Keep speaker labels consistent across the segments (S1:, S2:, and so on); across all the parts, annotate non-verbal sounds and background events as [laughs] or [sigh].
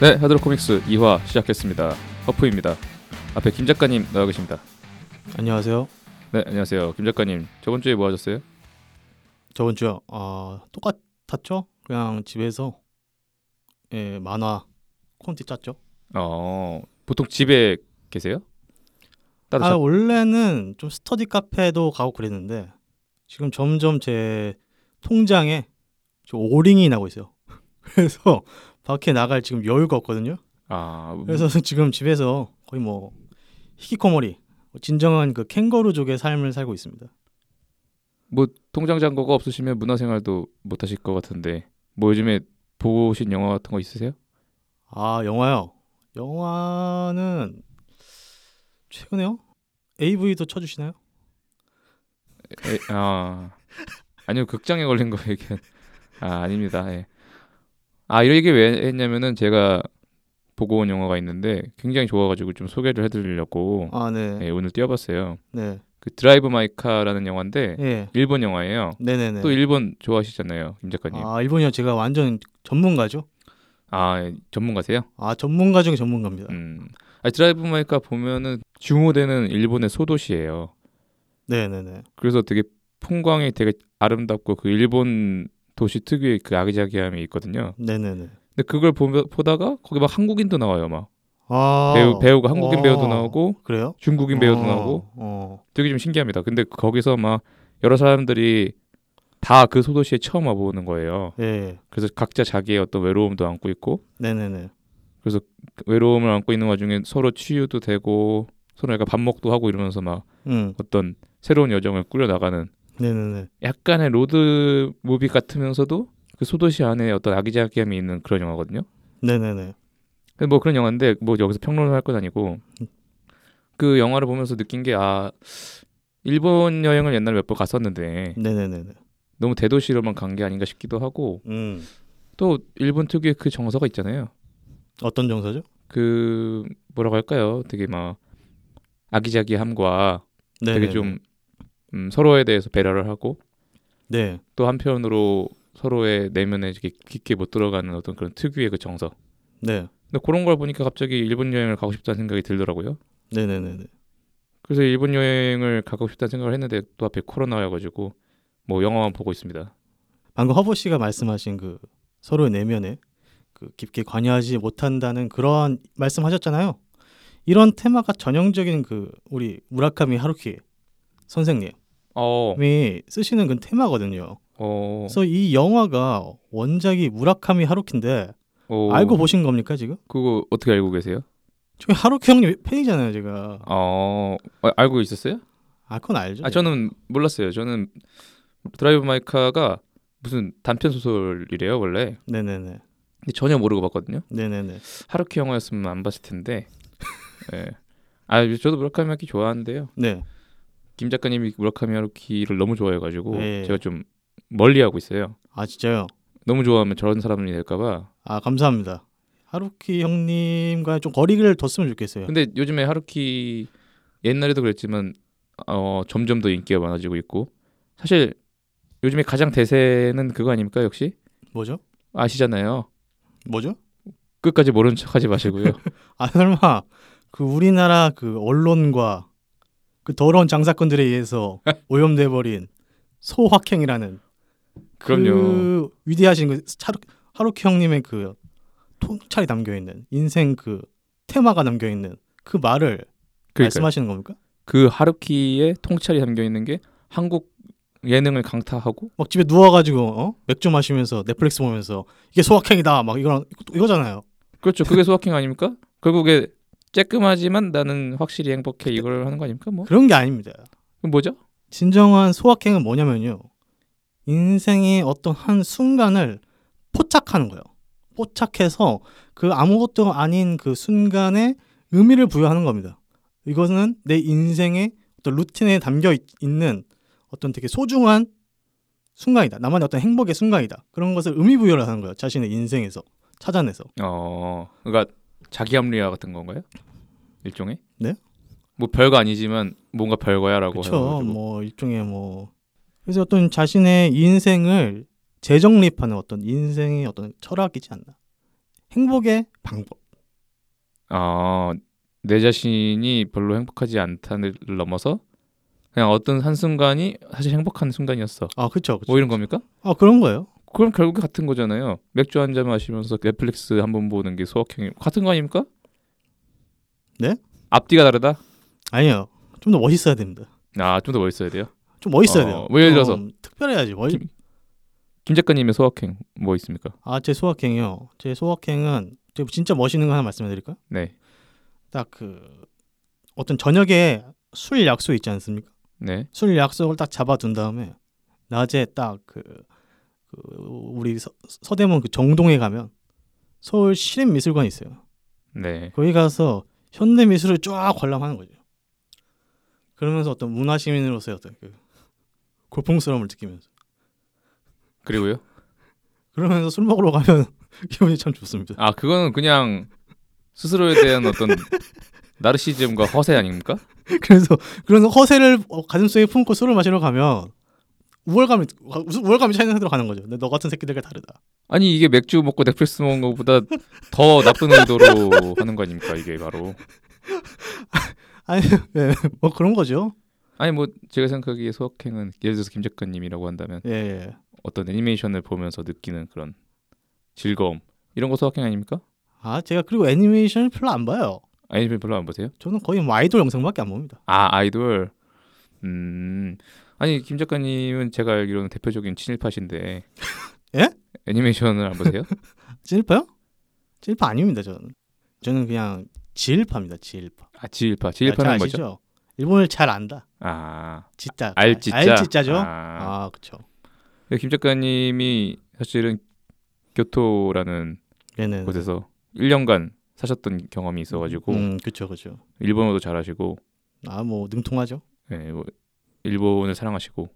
S1: 네, 하드록 코믹스 2화 시작했습니다. 허프입니다. 앞에 김 작가님 나와 계십니다.
S2: 안녕하세요.
S1: 네, 안녕하세요. 김 작가님, 저번 주에 뭐 하셨어요?
S2: 저번 주에 아, 똑같았죠? 그냥 집에서 예, 만화 콘티 짰죠.
S1: 어, 보통 집에 계세요? 따로
S2: 아,
S1: 자-
S2: 원래는 좀 스터디 카페도 가고 그랬는데 지금 점점 제 통장에 저 오링이 나고 있어요. [laughs] 그래서 밖에 나갈 지금 여유가 없거든요.
S1: 아, 음,
S2: 그래서 [laughs] 지금 집에서 거의 뭐 히키코모리 진정한 그 캥거루족의 삶을 살고 있습니다.
S1: 뭐 통장 잔고가 없으시면 문화생활도 못 하실 것 같은데 뭐 요즘에 보신 영화 같은 거 있으세요?
S2: 아, 영화요. 영화는 최근에요? AV도 쳐주시나요?
S1: 에, 아, 아니요 극장에 걸린 거 얘기 아 아닙니다. 예. 아 이런 얘기 왜 했냐면은 제가 보고 온 영화가 있는데 굉장히 좋아가지고 좀 소개를 해드리려고
S2: 아, 네.
S1: 예, 오늘 띄워봤어요.
S2: 네.
S1: 그 드라이브 마이카라는 영화인데
S2: 예.
S1: 일본 영화예요.
S2: 네, 네, 네.
S1: 또 일본 좋아하시잖아요, 김 작가님. 아,
S2: 아, 일본이요. 제가 완전 전문가죠.
S1: 예, 전문가세요?
S2: 아, 전문가 중에 전문가입니다.
S1: 음, 아, 드라이브 마이카 보면은 중후되는 일본의 소도시예요.
S2: 네, 네, 네.
S1: 그래서 되게 풍광이 되게 아름답고 그 일본 도시 특유의 그 아기자기함이 있거든요.
S2: 네, 네, 네.
S1: 근데 그걸 보, 보다가 거기 막 한국인도 나와요 막
S2: 아.
S1: 배우 배우가 한국인
S2: 어.
S1: 배우도 나오고
S2: 그래요?
S1: 중국인 배우도
S2: 어,
S1: 나오고
S2: 어.
S1: 되게 좀 신기합니다 근데 거기서 막 여러 사람들이 다 그 소도시에 처음 와보는 거예요
S2: 예.
S1: 그래서 각자 자기의 어떤 외로움도 안고 있고
S2: 네, 네, 네.
S1: 외로움을 안고 있는 와중에 서로 치유도 되고 서로 약간 밥 먹도 하고 이러면서 막
S2: 음.
S1: 어떤 새로운 여정을 꾸려 나가는
S2: 네, 네, 네.
S1: 약간의 로드 무비 같으면서도 그 소도시 안에 어떤 아기자기함이 있는 그런 영화거든요.
S2: 네, 네, 네.
S1: 근데 뭐 그런 영화인데 뭐 여기서 평론을 할 건 아니고 그 영화를 보면서 느낀 게 아 일본 여행을 옛날에 몇 번 갔었는데
S2: 네, 네, 네, 네.
S1: 너무 대도시로만 간 게 아닌가 싶기도 하고
S2: 음.
S1: 또 일본 특유의 그 정서가 있잖아요.
S2: 어떤 정서죠?
S1: 그 뭐라고 할까요? 되게 막 아기자기함과
S2: 네.
S1: 되게
S2: 네,
S1: 좀 음, 서로에 대해서 배려를 하고
S2: 네.
S1: 또 한편으로 서로의 내면에 이렇게 깊게 못 들어가는 어떤 그런 특유의 그 정서.
S2: 네.
S1: 근데 그런 걸 보니까 갑자기 일본 여행을 가고 싶다는 생각이 들더라고요.
S2: 네, 네, 네, 네.
S1: 그래서 일본 여행을 가고 싶다는 생각을 했는데 또 앞에 코로나여가지고 뭐 영화만 보고 있습니다.
S2: 방금 허보 씨가 말씀하신 그 서로의 내면에 그 깊게 관여하지 못한다는 그러한 말씀하셨잖아요. 이런 테마가 전형적인 그 우리 무라카미 하루키 선생님이
S1: 어,
S2: 쓰시는 그 테마거든요.
S1: 어,
S2: 네. 그래서 이 영화가 원작이 무라카미 하루키인데
S1: 어,
S2: 알고 보신 겁니까 지금?
S1: 그거 어떻게 알고 계세요?
S2: 저 하루키 형님 팬이잖아요 제가.
S1: 어, 아, 알고 있었어요?
S2: 아 그건 알죠.
S1: 아 저는 몰랐어요. 저는 드라이브 마이카가 무슨 단편 소설이래요 원래.
S2: 네네네.
S1: 근데 전혀 모르고 봤거든요.
S2: 네네네.
S1: 하루키 영화였으면 안 봤을 텐데. 예. 아 저도 무라카미 하루키 좋아하는데요.
S2: 네.
S1: 김 작가님이 무라카미 하루키를 너무 좋아해가지고
S2: 예.
S1: 제가 좀 멀리하고 있어요.
S2: 아 진짜요.
S1: 너무 좋아하면 저런 사람이 될까봐
S2: 아 감사합니다. 하루키 형님과 좀 거리를 뒀으면 좋겠어요.
S1: 근데 요즘에 하루키 옛날에도 그랬지만 어, 점점 더 인기가 많아지고 있고 사실 요즘에 가장 대세는 그거 아닙니까 역시
S2: 뭐죠?
S1: 아시잖아요
S2: 뭐죠?
S1: 끝까지 모른 척하지 [laughs] 마시고요
S2: 아 설마 그 우리나라 그 언론과 그 더러운 장사건들에
S1: [laughs]
S2: 의해서 오염돼 버린 소확행이라는
S1: 그럼요.
S2: 그 위대하신 그 차루, 하루키 형님의 그 통찰이 담겨 있는 인생 그 테마가 담겨 있는 그 말을
S1: 그러니까
S2: 말씀하시는 겁니까?
S1: 그 하루키의 통찰이 담겨 있는 게 한국 예능을 강타하고
S2: 막 집에 누워가지고 어? 맥주 마시면서 넷플릭스 보면서 이게 소확행이다 막 이거 이거잖아요.
S1: 그렇죠 그게 소확행 아닙니까 결국에 쬐끔하지만 나는 확실히 행복해 이걸 하는 거 아닙니까 뭐
S2: 그런 게 아닙니다.
S1: 그럼 뭐죠
S2: 진정한 소확행은 뭐냐면요. 인생의 어떤 한 순간을 포착하는 거예요. 포착해서 그 아무것도 아닌 그 순간에 의미를 부여하는 겁니다. 이거는 내 인생의 어떤 루틴에 담겨 있, 는 어떤 되게 소중한 순간이다. 나만의 어떤 행복의 순간이다. 그런 것을 의미 부여를 하는 거예요. 자신의 인생에서 찾아내서.
S1: 어, 그러니까 자기 합리화 같은 건가요? 일종의?
S2: 네?
S1: 뭐 별거 아니지만 뭔가 별거야라고
S2: 그렇죠.
S1: 해가지고.
S2: 뭐 일종의 뭐 그래서 어떤 자신의 인생을 재정립하는 어떤 인생의 어떤 철학이지 않나. 행복의 방법.
S1: 어, 내 자신이 별로 행복하지 않다를 넘어서 그냥 어떤 한 순간이 사실 행복한 순간이었어.
S2: 아, 그렇죠.
S1: 뭐 이런 겁니까?
S2: 아, 그런 거예요.
S1: 그럼 결국 같은 거잖아요. 맥주 한 잔 마시면서 넷플릭스 한 번 보는 게 소확행이 같은 거 아닙니까?
S2: 네?
S1: 앞뒤가 다르다.
S2: 아니에요. 좀 더 멋있어야 됩니다.
S1: 아, 좀 더 멋있어야 돼요.
S2: 좀 멋있어야
S1: 어,
S2: 돼요.
S1: 뭐 예를 들어서?
S2: 좀 특별해야지. 멋...
S1: 김- 김 작가님의 소확행 뭐 있습니까?
S2: 아, 제 소확행이요. 제 소확행은 제가 진짜 멋있는 거 하나 말씀해 드릴까요?
S1: 네.
S2: 딱 그 어떤 저녁에 술 약속 있지 않습니까?
S1: 네.
S2: 술 약속을 딱 잡아둔 다음에 낮에 딱 그 우리 서, 서대문 그 정동에 가면 서울 시립미술관 이 있어요.
S1: 네.
S2: 거기 가서 현대 미술을 쫙 관람하는 거죠. 그러면서 어떤 문화 시민으로서의 어떤 그 고풍스러움을 느끼면서
S1: 그리고요.
S2: 그러면서 술 먹으러 가면 [laughs] 기분이 참
S1: [laughs]
S2: 좋습니다.
S1: 아, 그거는 그냥 스스로에 대한 어떤 나르시즘과 허세 아닙니까?
S2: 그래서 그런 허세를 어, 가슴속에 품고 술을 마시러 가면 우월감이 우월감이 차이는 들어가는 거죠. 근데 너 같은 새끼들과 다르다.
S1: 아니 이게 맥주 먹고 넷플릭스 먹은 것보다 더 나쁜 의도로 하는 거 아닙니까 이게 바로
S2: 예, 뭐 그런 거죠.
S1: 아니 뭐 제가 생각하기에 소확행은 예를 들어서 김 작가님이라고 한다면
S2: 예, 예.
S1: 어떤 애니메이션을 보면서 느끼는 그런 즐거움 이런 거 소확행 아닙니까?
S2: 아 제가 그리고 애니메이션을 별로 안 봐요.
S1: 아이돌 별로 안 보세요?
S2: 저는 거의 뭐 아이돌 영상밖에 안 봅니다.
S1: 아 아이돌 음 아니 김 작가님은 제가 알기로는 대표적인 친일파신데
S2: [laughs] 예?
S1: 애니메이션을 안 보세요?
S2: 찔파요? 찔파 아닙니다 저는. 저는 그냥 지일파입니다. 지일파.
S1: 아 지일파
S2: 잘
S1: 지일파는 뭐죠?
S2: 아시죠? 일본을 잘 안다.
S1: 아
S2: 짓다.
S1: 알지짜
S2: 알지짜죠. 아,
S1: 아.
S2: 그렇죠.
S1: 김 작가님이 사실은 교토라는
S2: 네네.
S1: 곳에서 1년간 사셨던 경험이 있어가지고
S2: 음, 그렇죠, 그렇죠.
S1: 일본어도 잘하시고
S2: 아, 뭐 능통하죠.
S1: 예, 뭐 일본을 사랑하시고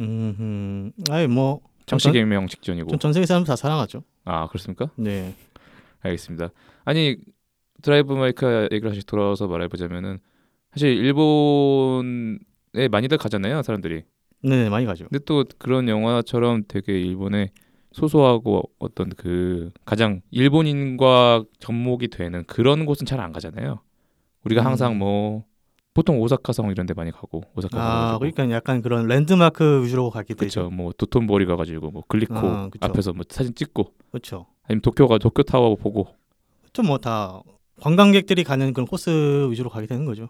S2: 음, 아이 뭐 전-
S1: 정치개명 직전이고
S2: 전, 전 세계 사람 다 사랑하죠.
S1: 아 그렇습니까?
S2: 네.
S1: 알겠습니다. 아니 드라이브 마이크 얘기를 다시 돌아와서 말해보자면은 사실 일본에 많이들 가잖아요 사람들이.
S2: 네, 많이 가죠.
S1: 근데 또 그런 영화처럼 되게 일본의 소소하고 어떤 그 가장 일본인과 접목이 되는 그런 곳은 잘 안 가잖아요. 우리가
S2: 음.
S1: 항상 뭐 보통 오사카성 이런 데 많이 가고 오사카
S2: 아,
S1: 가가지고
S2: 그러니까 약간 그런 랜드마크 위주로 가기
S1: 그렇죠.
S2: 때문에.
S1: 뭐 도톤보리 가가지고 뭐 글리코
S2: 아, 그쵸.
S1: 앞에서 뭐 사진 찍고
S2: 그렇죠.
S1: 아니면 도쿄가 도쿄 타워 보고
S2: 좀 뭐 다 관광객들이 가는 그런 코스 위주로 가게 되는 거죠.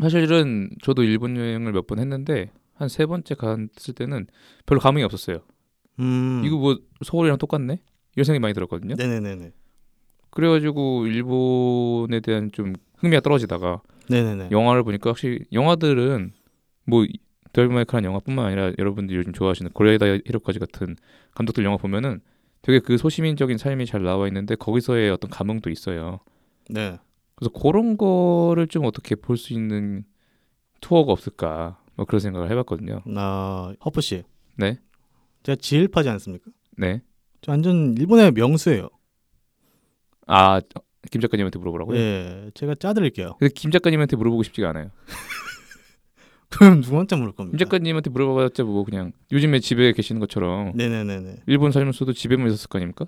S1: 사실은 저도 일본 여행을 몇 번 했는데 한 세 번째 갔을 때는 별로 감흥이 없었어요.
S2: 음.
S1: 이거 뭐 서울이랑 똑같네 이런 생각이 많이 들었거든요.
S2: 네, 네, 네, 네.
S1: 그래가지고 일본에 대한 좀 흥미가 떨어지다가
S2: 네, 네, 네.
S1: 영화를 보니까 확실히 영화들은 뭐 드라이브마이크라는 영화뿐만 아니라 여러분들이 요즘 좋아하시는 고레이다 히로까지 같은 감독들 영화 보면은 되게 그 소시민적인 삶이 잘 나와 있는데 거기서의 어떤 감흥도 있어요.
S2: 네.
S1: 그래서 그런 거를 좀 어떻게 볼 수 있는 투어가 없을까 뭐 그런 생각을 해봤거든요.
S2: 나 허프 씨.
S1: 네.
S2: 제가 지일파지 않습니까?
S1: 네.
S2: 저 완전 일본의 명수예요.
S1: 아, 김 작가님한테 물어보라고요?
S2: 예, 제가 짜드릴게요. [laughs]
S1: 근데 김 작가님한테 물어보고 싶지가 않아요.
S2: 그럼 누구한테 물을
S1: 김
S2: 겁니까?
S1: 작가님한테 물어봐봤자 뭐 그냥 요즘에 집에 계시는 것처럼
S2: 음. 네네네네.
S1: 일본 살면서도 집에만 있었을 거 아닙니까?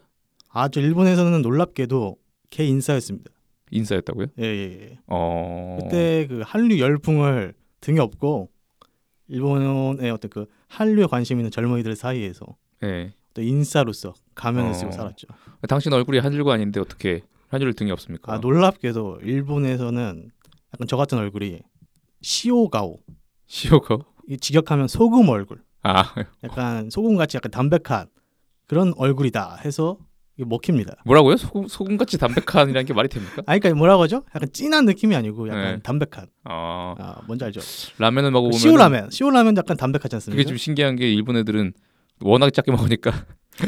S2: 아, 저 일본에서는 놀랍게도 개 인싸였습니다.
S1: 인싸였다고요?
S2: 예, 예, 예.
S1: 어.
S2: 그때 그 한류 열풍을 등에 업고 일본의 어떤 그 한류에 관심 있는 젊은이들 사이에서
S1: 예.
S2: 또 인싸로서 가면을 쓰고
S1: 어.
S2: 살았죠.
S1: 당신 얼굴이 한줄과 아닌데 어떻게 한줄 등이 없습니까?
S2: 아, 놀랍게도 일본에서는 약간 저 같은 얼굴이 시오가오.
S1: 시오거.
S2: 이 직역하면 소금 얼굴.
S1: 아, [laughs]
S2: 약간 소금같이 약간 담백한 그런 얼굴이다 해서 이게 먹힙니다.
S1: 뭐라고요? 소금 소금같이 담백한이라는 게 말이 됩니까?
S2: 아, 그러니까 뭐라고 하죠? 약간 진한 느낌이 아니고 약간
S1: 네.
S2: 담백한.
S1: 어.
S2: 아, 뭔지 알죠?
S1: 라면을 먹어 보면
S2: 시오라면. 시오라면 약간 담백하지 않습니까?
S1: 그게 좀 신기한 게 일본 애들은 워낙 작게 먹으니까 [laughs]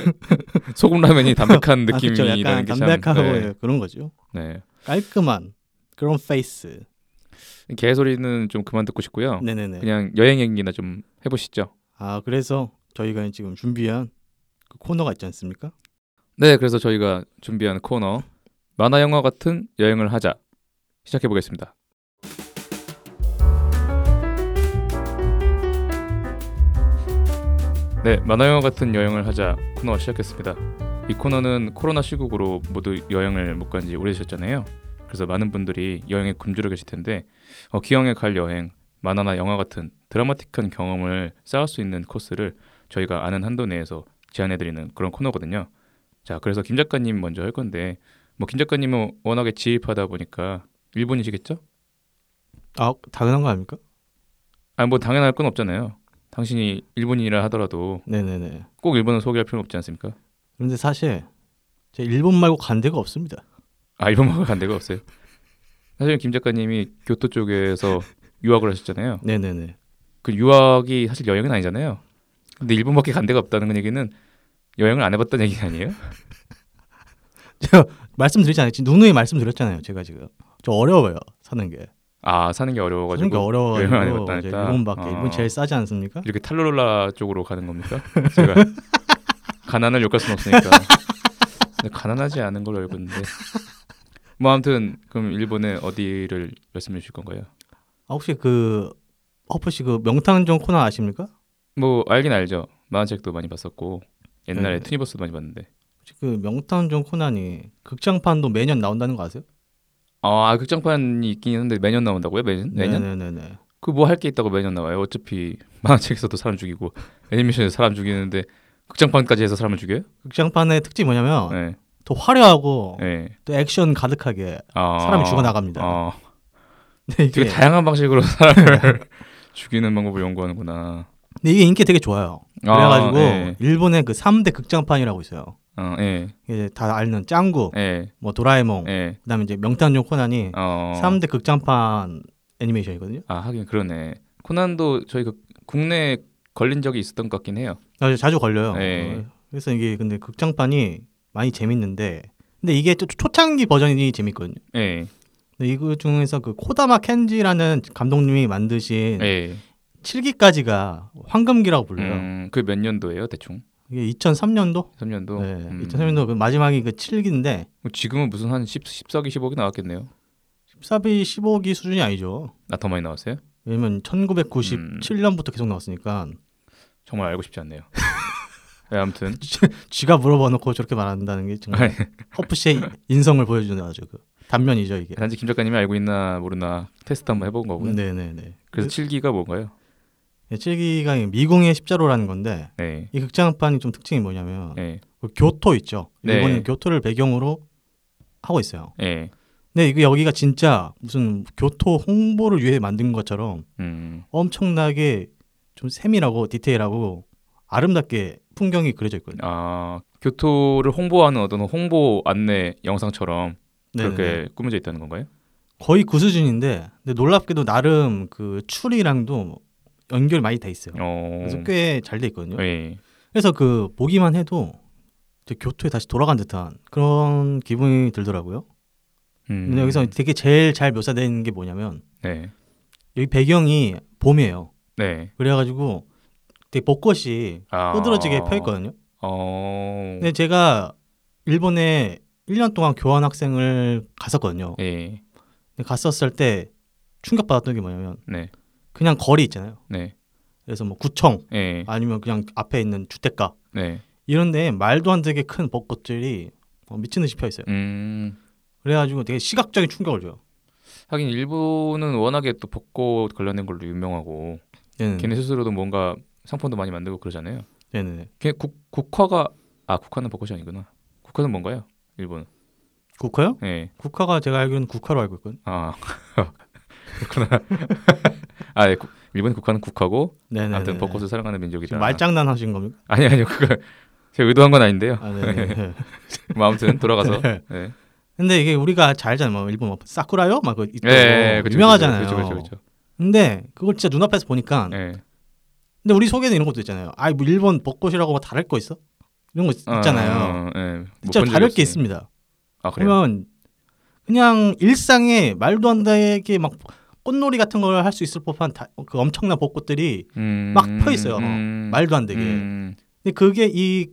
S1: 소금 라면이 담백한
S2: 아, 그쵸.
S1: 느낌이라는
S2: 약간
S1: 게 참.
S2: 담백하고 예,
S1: 네.
S2: 그런 거죠.
S1: 네.
S2: 깔끔한 그런 페이스.
S1: 개소리는 좀 그만 듣고 싶고요.
S2: 네네네.
S1: 어, 그냥 여행 얘기나 좀 해보시죠.
S2: 아, 그래서 저희가 지금 준비한 그 코너가 있지 않습니까?
S1: 네, 그래서 저희가 준비한 코너 만화 영화 같은 여행을 하자 시작해 보겠습니다. 네, 만화 영화 같은 여행을 하자 코너 시작했습니다. 이 코너는 코로나 시국으로 모두 여행을 못 간 지 오래되셨잖아요. 그래서 많은 분들이 여행에 굶주려 계실 텐데 어, 기왕에 갈 여행, 만화나 영화 같은 드라마틱한 경험을 쌓을 수 있는 코스를 저희가 아는 한도 내에서 제안해드리는 그런 코너거든요. 자, 그래서 김 작가님 먼저 할 건데 뭐 김 작가님은 워낙에 지입하다 보니까 일본이시겠죠?
S2: 아 당연한 거 아닙니까?
S1: 아니 뭐 당연할 건 없잖아요. 당신이 일본인이라 하더라도
S2: 네네네.
S1: 꼭 일본을 소개할 필요는 없지 않습니까?
S2: 그런데 사실 제 일본 말고 간 데가 없습니다.
S1: 아 일본어가 간 데가 없어요. 사실 김 작가님이 교토 쪽에서 유학을 하셨잖아요.
S2: 네네네. [laughs]
S1: 그 유학이 사실 여행은 아니잖아요. 근데 일본밖에 간 데가 없다는 건 얘기는 여행을 안 해봤다는 얘기 아니에요?
S2: 제가 말씀드리지 않았지 누누이 말씀드렸잖아요. 제가 지금 저 어려워요 사는 게.
S1: 아 사는 게
S2: 사는 게
S1: 어려워가지고 여행을 안
S2: 어려워가지고
S1: 해봤다니까.
S2: 이제 일본밖에
S1: 어.
S2: 일본 제일 싸지 않습니까?
S1: 이렇게 탈로롤라 쪽으로 가는 겁니까? 제가 가난을 욕할 순 없으니까. 근데 가난하지 않은 걸로 알고 있는데. 뭐 아무튼 그럼 일본의 어디를 말씀해 주실 건가요?
S2: 아, 혹시 그 허프 씨그 명탐정 코너 아십니까?
S1: 뭐 알긴 알죠. 만화책도 많이 봤었고 옛날에
S2: 네.
S1: 투니버스도 많이 봤는데.
S2: 혹시 그 명탐정 코난이 극장판도 매년 나온다는 거 아세요?
S1: 아 극장판이 있긴 한데 매년 나온다고요? 매년? 매년?
S2: 네네네네.
S1: 그 뭐 할 게 있다고 매년 나와요? 어차피 만화책에서도 사람 죽이고 애니메이션에서 사람 죽이는데 극장판까지 해서 사람을 죽여요?
S2: 극장판의 특징이 뭐냐면
S1: 네.
S2: 더 화려하고
S1: 네.
S2: 또 액션 가득하게
S1: 아,
S2: 사람이 죽어 나갑니다.
S1: 아,
S2: [laughs] 근데 이게
S1: 되게 다양한 방식으로 [laughs] 사람을 예. 죽이는 방법을 연구하는구나.
S2: 근데 이게 인기 되게 좋아요.
S1: 아,
S2: 그래가지고
S1: 예.
S2: 일본의 그 3대 극장판이라고 있어요.
S1: 어, 예,
S2: 이제 다 아는 짱구,
S1: 예,
S2: 뭐 도라에몽,
S1: 예.
S2: 그다음에 이제 명탐정 코난이
S1: 어,
S2: 3대 극장판 애니메이션이거든요.
S1: 아 하긴 그러네. 코난도 저희 그 국내에 걸린 적이 있었던 것 같긴 해요.
S2: 아, 자주 걸려요.
S1: 네.
S2: 어, 그래서 이게 근데 극장판이 많이 재밌는데 근데 이게 초, 초창기 버전이 재밌거든요.
S1: 예,
S2: 근데 이거 중에서 그 코다마 켄지라는 감독님이 만드신
S1: 예.
S2: 7기까지가 황금기라고 불려요.
S1: 음, 그 몇 년도예요, 대충?
S2: 이게 2003년도?
S1: 3년도. 뭐
S2: 네. 2003년도 그 마지막이 그 7기인데
S1: 지금은 무슨 한 10, 14기, 15기 나왔겠네요.
S2: 14비 15기 수준이 아니죠.
S1: 나 더 많이 나왔어요?
S2: 왜냐면 1997년부터 계속 나왔으니까
S1: 정말 알고 싶지
S2: [laughs]
S1: 않네요. 네, 아무튼
S2: 쥐가 물어봐 놓고 저렇게 말한다는 게 정말
S1: 네.
S2: 허프 씨의 인성을 보여주는 아주 그 단면이죠 이게.
S1: 단지 김 작가님이 알고 있나 모르나 테스트 한번 해본 거고요.
S2: 네네네. 그
S1: 그래서 7기가 뭔가요?
S2: 칠기가 미궁의 십자로라는 건데
S1: 네,
S2: 이 극장판이 좀 특징이 뭐냐면
S1: 예,
S2: 그 교토 있죠.
S1: 네.
S2: 일본은 교토를 배경으로 하고 있어요.
S1: 예.
S2: 근데 이거 여기가 진짜 무슨 교토 홍보를 위해 만든 것처럼
S1: 음,
S2: 엄청나게 좀 세밀하고 디테일하고 아름답게 풍경이 그려져 있거든요.
S1: 아 교토를 홍보하는 어떤 홍보 안내 영상처럼
S2: 네네네.
S1: 그렇게 꾸며져 있다는 건가요?
S2: 거의 그 수준인데 근데 놀랍게도 나름 그 추리랑도 연결 많이 돼 있어요.
S1: 어,
S2: 그래서 꽤 잘 돼 있거든요.
S1: 예,
S2: 그래서 그 보기만 해도 이제 교토에 다시 돌아간 듯한 그런 기분이 들더라고요.
S1: 음,
S2: 근데 여기서 되게 제일 잘 묘사된 게 뭐냐면
S1: 네,
S2: 여기 배경이 봄이에요.
S1: 네,
S2: 그래가지고 되게 벚꽃이
S1: 아,
S2: 흐드러지게 펴 있거든요. 네.
S1: 어,
S2: 근데 제가 일본에 1년 동안 교환 학생을 갔었거든요.
S1: 예,
S2: 근데 갔었을 때 충격받았던 게 뭐냐면
S1: 네,
S2: 그냥 거리 있잖아요.
S1: 네,
S2: 그래서 뭐 구청
S1: 예,
S2: 아니면 그냥 앞에 있는 주택가
S1: 네,
S2: 이런데 말도 안 되게 큰 벚꽃들이 어, 미친 듯이 펴 있어요.
S1: 음,
S2: 그래가지고 되게 시각적인 충격을 줘요.
S1: 하긴 일본은 워낙에 또 벚꽃 관련된 걸로 유명하고
S2: 네네.
S1: 걔네 스스로도 뭔가 상품도 많이 만들고 그러잖아요.
S2: 네네.
S1: 걔 국, 국화가 아 국화는 벚꽃이 아니구나. 국화는 뭔가요? 일본.
S2: 국화요?
S1: 예.
S2: 국화가 제가 알기로는 국화로 알고 있거든.
S1: 아 [laughs] 그렇구나. [laughs] 아 예, 국- 일본 국화는 국화고
S2: 네네.
S1: 아무튼 벚꽃을 사랑하는 민족이다.
S2: 말장난 하신 겁니까?
S1: 아니 아니요 그거 제가 의도한 건 아닌데요.
S2: 아,
S1: [laughs]
S2: 네네.
S1: 뭐 아무튼
S2: [laughs]
S1: 돌아가서
S2: 네.
S1: 예.
S2: 근데 이게 우리가 잘 알잖아요. 뭐 일본 뭐 사쿠라요? 막그
S1: 예, 예, 예,
S2: 있다고
S1: 그쵸,
S2: 유명하잖아요. 아,
S1: 그렇죠 그렇죠
S2: 근데 그걸 진짜 눈앞에서 보니까
S1: 그렇죠. 예.
S2: 근데 우리 소개는 이런 것도 있잖아요. 아, 뭐 일본 벚꽃이라고 뭐 다를 거 있어? 이런 거 있- 있잖아요.
S1: 어, 예. 못
S2: 진짜
S1: 본 적이
S2: 다를 게
S1: 없으니.
S2: 있습니다.
S1: 아 그래요?
S2: 그러면 그냥 일상에 말도 안 되게 막 꽃놀이 같은 걸 할 수 있을 법한 다, 그 엄청난 벚꽃들이
S1: 음,
S2: 막펴 있어요.
S1: 음,
S2: 말도 안 되게.
S1: 음,
S2: 근데 그게 이